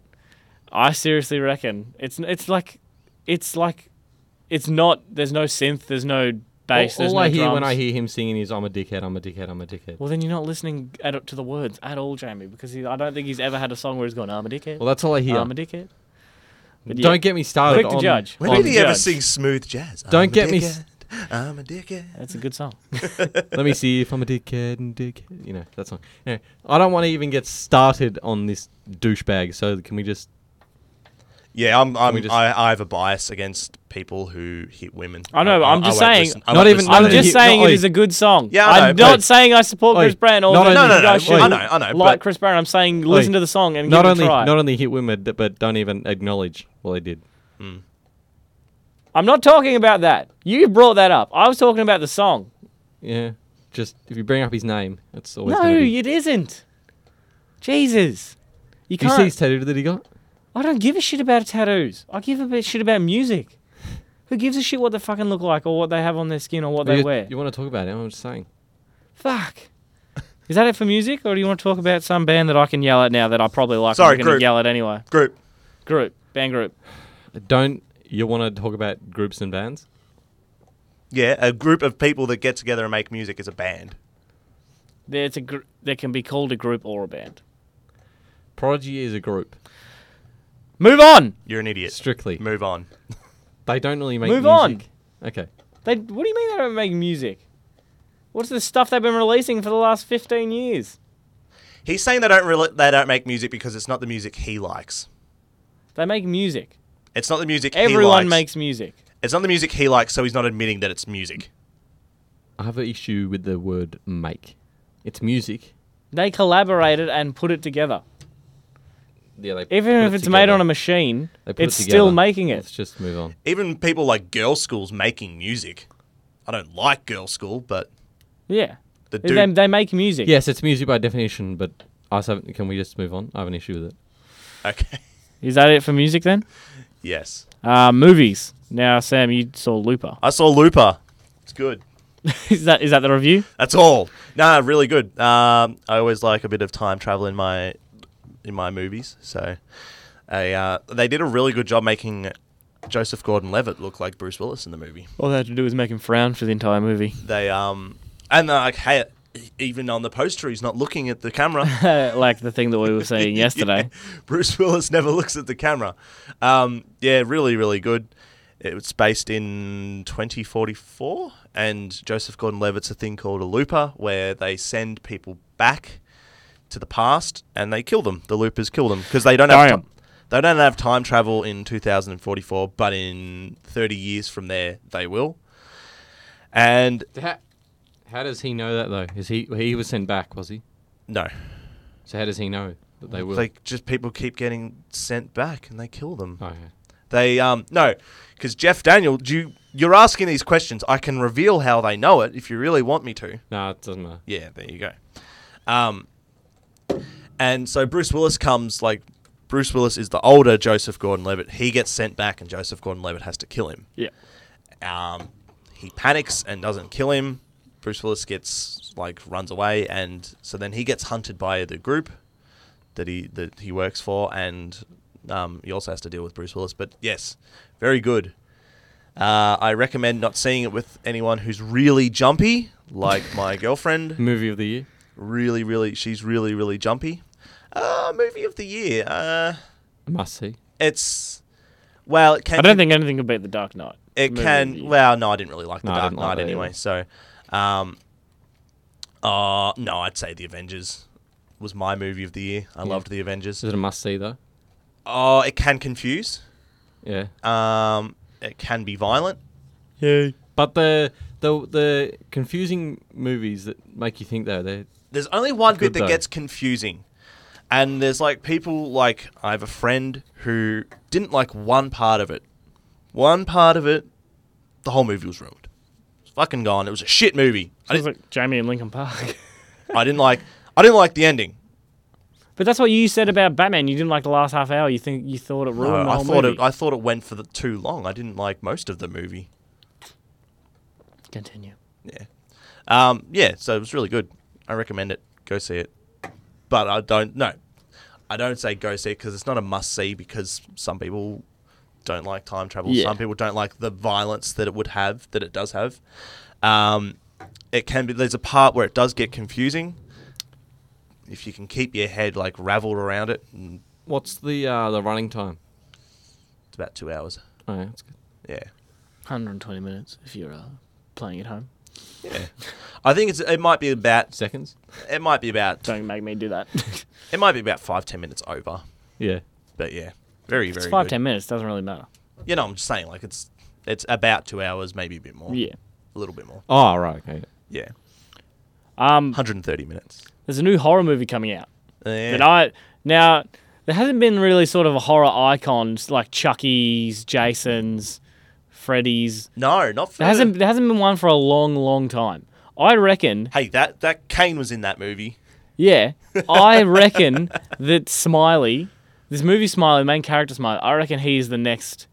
I seriously reckon it's it's like it's like it's not. There's no synth. There's no bass. all there's I no hear when drums. I hear him singing is "I'm a dickhead, I'm a dickhead, I'm a dickhead." Well, then you're not listening at, to the words at all, Jamie, because he, I don't think he's ever had a song where he's gone, I'm a dickhead. Well, that's all I hear. I'm Um, a dickhead. But yeah. Don't get me started Quick to on judge. When on did the he ever judge. sing smooth jazz? Don't I'm a get me s- dickhead, I'm a dickhead. That's a good song. Let me see if I'm a dickhead and dickhead. You know that song. Anyway, I don't want to even get started on this douchebag. So can we just? Yeah, I'm. I'm we just- I, I have a bias against people who hit women. I know, I'm I won't just saying- listen- I Not won't even- listen not to I'm only them. just he- saying it not only- is a good song. Yeah, I I'm know, not but- saying I support Oi, Chris Brown. Or not that No, only- no, you no. guys should I know, I know. Like but Chris Brown, I'm saying listen Oi, to the song and not give only it a try. not only hit women, d- but don't even acknowledge what they did. I'm not talking about that. You brought that up. I was talking about the song. Yeah, just if you bring up his name, it's always No, gonna be- it isn't. Jesus. You Did you see can't. his tattoo that he got? I don't give a shit about tattoos. I give a bit shit about music. Who gives a shit what they fucking look like or what they have on their skin or what they you, wear? you want to talk about it? I'm just saying. Fuck. Is that it for music, or do you want to talk about some band that I can yell at now that I probably like? Sorry, I'm going group. to yell at anyway. group. Group, band group. Don't you want to talk about groups and bands? Yeah, a group of people that get together and make music as a band. There's a gr- that can be called a group or a band. Prodigy is a group. Move on. You're an idiot. Strictly, Move on. they don't really make Move on. music. on. Okay, They. What do you mean they don't make music? What's the stuff they've been releasing for the last 15 years? He's saying they don't rela- they don't make music because it's not the music he likes. They make music. It's not the music he likes. Everyone makes music. It's not the music he likes, so he's not admitting that it's music. I have an issue with the word "make." It's music. They collaborated and put it together. Yeah, they Even if it's made on a machine, it's still making it. Let's just move on. Even people like girl schools making music. I don't like girl school, but Yeah. the dude. They, they make music. Yes, it's music by definition, but I also haven't- can we just move on? I have an issue with it. Okay. <laughs> Is that it for music then? Yes. Uh, movies. Now, Sam, you saw Looper. <laughs> I saw Looper. It's good. is that is that the review? That's all. Nah, really good. Um, I always like a bit of time travel in my in my movies. So, a uh, they did a really good job making Joseph Gordon-Levitt look like Bruce Willis in the movie. All they had to do was make him frown for the entire movie. They um and they're like, hey, even on the poster, he's not looking at the camera. <laughs> like the thing that we were saying yesterday. <laughs> Yeah. Bruce Willis never looks at the camera. Um, yeah, really, really good. It was based in 2044, and Joseph Gordon-Levitt's a thing called a looper, where they send people back to the past and they kill them. The loopers kill them because they don't have Damn. ti- they don't have time travel in 2044, but in 30 years from there they will. And How, how does he know that though? Is he he was sent back? Was he? no, So how does he know that they will? like just people keep getting sent back and they kill them. okay. They um no, because Jeff Daniel, do you, you're asking these questions. I can reveal how they know it if you really want me to. No, it doesn't matter. Yeah, there you go. Um, and so Bruce Willis comes like Bruce Willis is the older Joseph Gordon-Levitt. He gets sent back, and Joseph Gordon-Levitt has to kill him. Yeah. Um, he panics and doesn't kill him. Bruce Willis gets like runs away, and so then he gets hunted by the group that he that he works for, and um, he also has to deal with Bruce Willis. But yes, very good. Uh, I recommend not seeing it with anyone who's really jumpy, like my girlfriend. Movie of the year. Really, really, she's really, really jumpy. Uh, movie of the year. Uh, Must see. it's well, it can I don't think anything could beat The Dark Knight. it Movie of the can. year. Well, no, I didn't really like the No, I Dark didn't like Knight that anyway. either. So, um, uh, no, I'd say the Avengers was my movie of the year. I loved the Avengers. Is it a must see though? Oh, it can confuse. Yeah. Um, it can be violent. But the the the confusing movies that make you think though they There's only one bit Good that though. gets confusing, and there's like people like I have a friend who didn't like one part of it. One part of it, the whole movie was ruined. It's fucking gone. It was a shit movie. I Sounds didn't, like Jamie and Lincoln Park. <laughs> I didn't like. I didn't like the ending. but that's what you said about Batman. You didn't like the last half hour. You think you thought it ruined No, the Uh, I whole thought movie. it. I thought it went for the, too long. I didn't like most of the movie. Continue. Yeah, um, yeah. So it was really good. I recommend it. Go see it. But I don't. No, I don't say go see it because it's not a must see. Because some people don't like time travel. Yeah. Some people don't like the violence that it would have, that it does have. Um, it can be. There's a part where it does get confusing. If you can keep your head like raveled around it, mm, What's the uh, the running time? it's about two hours. Oh, yeah, that's good. Yeah. 120 minutes if you're uh, playing at home. <laughs> Yeah. I think it's it might be about Seconds. it might be about Don't make me do that. <laughs> it might be about five ten minutes over. Yeah. But yeah, very very. it's five good. ten minutes. Doesn't really matter. You know, I'm just saying like it's it's about two hours, maybe a bit more. Yeah. a little bit more. Oh right. Okay. Yeah, Um, 130 minutes. there's a new horror movie coming out. Yeah. That I now there hasn't been really sort of a horror icons like Chucky's, Jason's, Freddy's. no, not for. There hasn't there hasn't been one for a long, long time. I reckon. Hey, that that Kane was in that movie. Yeah, <laughs> I reckon that Smiley, this movie Smiley, the main character Smiley, I reckon he is the next.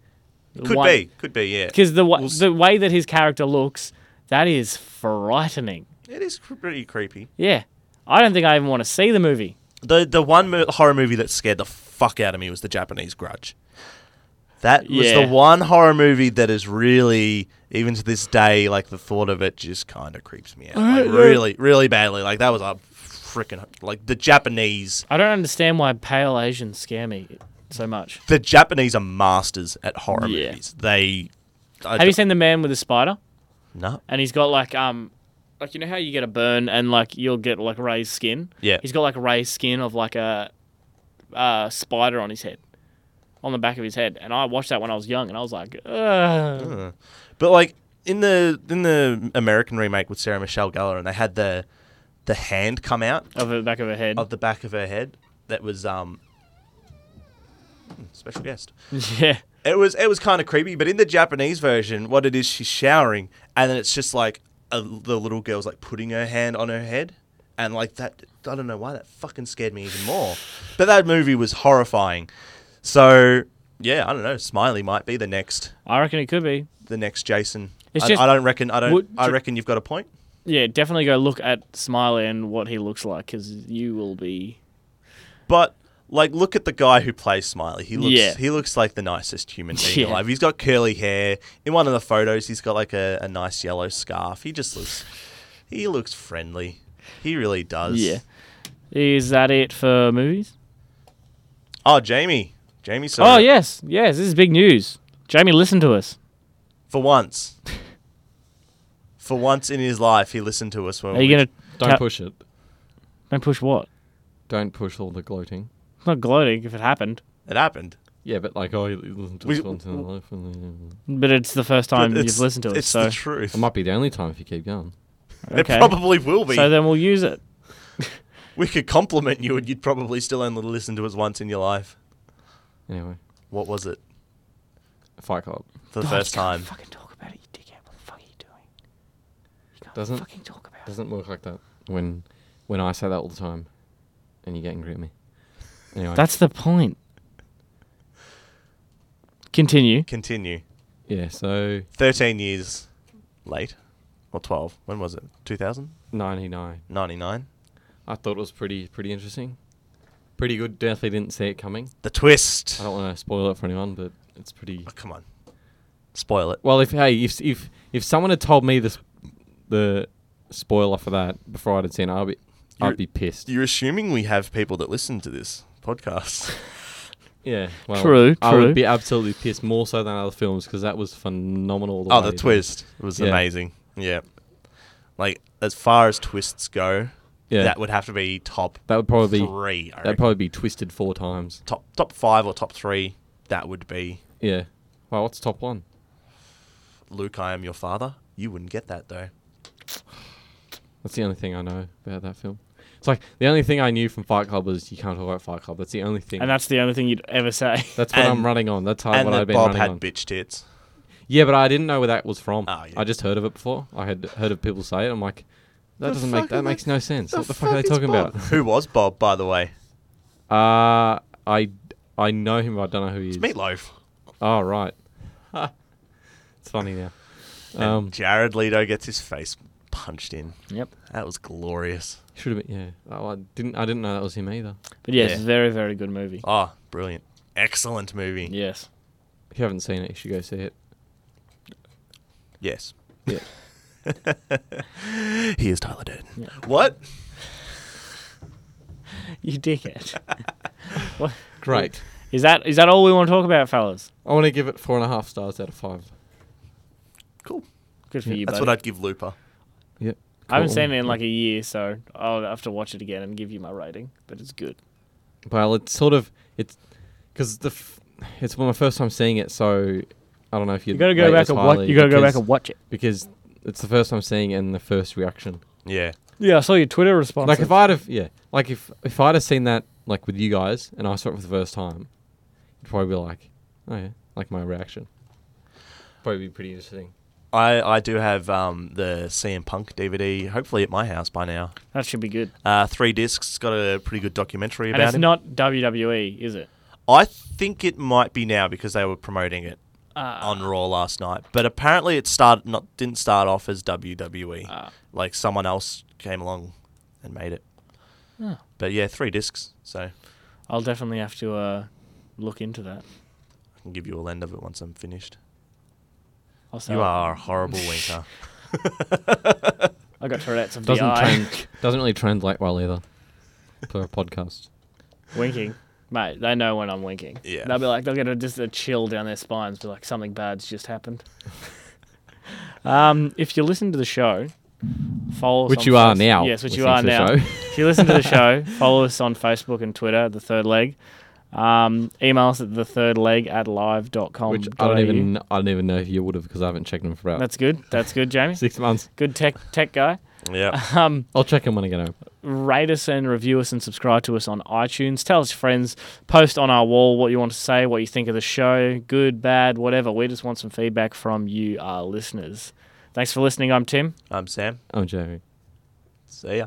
Could one. be, could be. Yeah, Because the wa We'll s- the way that his character looks, that is frightening. it is cr- pretty creepy. Yeah, I don't think I even want to see the movie. The the one mo- horror movie that scared the fuck out of me was the Japanese Grudge. That was Yeah. the one horror movie that is really, even to this day, like the thought of it just kind of creeps me out, like, really, really badly. Like that was a freaking like the Japanese. I don't understand why pale Asians scare me so much. The Japanese are masters at horror Yeah. movies. They I Have you don't- seen the man with the spider? No. And he's got like um, like you know how you get a burn and like you'll get like raised skin. Yeah. He's got like a raised skin of like a, uh spider on his head, on the back of his head. And I watched that when I was young, and I was like, Ugh. But like in the in the American remake with Sarah Michelle Gellar, and they had the the hand come out of the back of her head. of the back of her head. That was um hmm, special guest. <laughs> yeah. It was it was kind of creepy. But in the Japanese version, what it is, she's showering, and then it's just like a, the little girl's like putting her hand on her head, and like that. I don't know why that fucking scared me even more. But that movie was horrifying. So yeah, I don't know. Smiley might be the next I reckon it could be. the next Jason. It's I, just- I don't reckon. I don't. Would- I reckon you've got a point. Yeah, definitely go look at Smiley and what he looks like because you will be. But like, look at the guy who plays Smiley. He looks. Yeah. He looks like the nicest human being Yeah. alive. He's got curly hair. In one of the photos, he's got like a, a nice yellow scarf. He just looks. He looks friendly. He really does. Yeah. Is that it for movies? Oh, Jamie. Jamie. Sorry. Oh yes, yes. This is big news. Jamie, listen to us. For once. For once in his life, he listened to us when Are you we- gonna Don't ta- push it. Don't push what? Don't push all the gloating. It's not gloating if it happened, it happened. Yeah, but like, oh, you listen to We- this once in a life. And then, but it's the first But time it's- you've listened to us. It's So the truth. it might be the only time if you keep going. It okay. probably will be. so then we'll use it. we could compliment you, and you'd probably still only listen to us once in your life. Anyway, What was it Fight Club. for the first time? Oh, Fucking talk about it, you dickhead. What the fuck are you doing? You can't Doesn't- fucking talk about it. Doesn't work like that. When when I say that all the time, and you get angry at me. Anyway, That's the point. Continue. Continue. yeah. So 13 years late or 12 when was it 2099 ninety nine. I thought it was pretty pretty interesting. Pretty good. Definitely didn't see it coming. the twist I don't want to spoil it for anyone, but it's pretty. oh, come on spoil it Well, if hey, if if if someone had told me this, the spoiler for that before I'd seen, it, I'd be You're- I'd be pissed. you're assuming we have people that listen to this <laughs> podcast Yeah. Well, True, I true. would be absolutely pissed more so than other films because that was phenomenal. oh the way. twist was Yeah. amazing yeah like as far as twists go Yeah. that would have to be top That would probably be, three I that'd reckon. probably be twisted four times. top top five or top three that would be Yeah. Wow, what's top one? Luke I am your father you wouldn't get that though That's the only thing I know about that film. It's like the only thing I knew from Fight Club was you can't talk about Fight Club. That's the only thing. And that's the only thing you'd <laughs> ever say. that's what I'm and- running on. That's how and what that I've been Bob running had on. bitch tits Yeah, but I didn't know where that was from. Oh, yeah. I just heard of it before. I had heard of people say it. I'm like, that The doesn't make fuck that am I- makes no sense. What the fuck are they talking who was Bob by the way about? Uh, I I know him. But I don't know who he is. it's Meatloaf Oh right. it's funny now. Um, and Jared Leto gets his face punched in. Yep. That was glorious. should have been yeah. Oh, I didn't I didn't know that was him either. But yes, Yeah. very, very good movie. Oh, brilliant. Excellent Ah, movie. Yes. If you haven't seen it, you should go see it. Yes. <laughs> Yeah. he is Tyler Durden. Yeah. What? You dickhead. Great. Is that is that all we want to talk about, fellas? I want to give it four and a half stars out of five. Cool. Good for Yeah, you, That's buddy. what I'd give Looper. I haven't Cool. seen it in like a year, so I'll have to watch it again and give you my rating. But it's good. Well, it's sort of it's because the f- it's my first time seeing it, so I don't know if you. You gotta go back and watch. You gotta go back and watch it. because it's the first time seeing it and the first reaction. Yeah. Yeah, I saw your Twitter response. Like if I'd have yeah, like if if I'd have seen that like with you guys and I saw it for the first time, it'd probably be like, oh yeah, like my reaction. Probably be pretty interesting. I, I do have um, the CM Punk DVD, hopefully at my house by now. that should be good. Uh, three discs, got a pretty good documentary And about it's him. not WWE, is it? I think it might be now because they were promoting it Uh, on Raw last night. But apparently, it started not didn't start off as E. WWE. Ah. like someone else came along and made it. Oh. But yeah, three discs, so I I'll definitely have to uh, look into that. can give you a end of it once I'm finished. I'll say You are a horrible winker. I got Tourette's of the Doesn't eye. tran- doesn't really translate well either <laughs> for a podcast. <laughs> winking. Mate, they know when I'm winking. Yeah. They'll be like, they'll get a, just a chill down their spines, be like, something bad's just <laughs> happened. um, if you listen to the show, follow us Which on you are Facebook- now. Yes, which you are listening now. to <laughs> the show. if you listen <laughs> to the show, follow us on Facebook and Twitter, The Third Leg. Um, email us at the third leg at live.com. Which I don't even I don't even know if you would have because I haven't checked them for about That's good. That's good, Jamie. six months. Good tech tech guy. yeah. Um, I'll check them when I get home. rate us and review us and subscribe to us on iTunes. Tell us your friends. Post on our wall what you want to say, what you think of the show, good, bad, whatever. We just want some feedback from uh, you, our listeners. Thanks for listening. I'm Tim. I'm Sam. Oh, Jamie. See ya.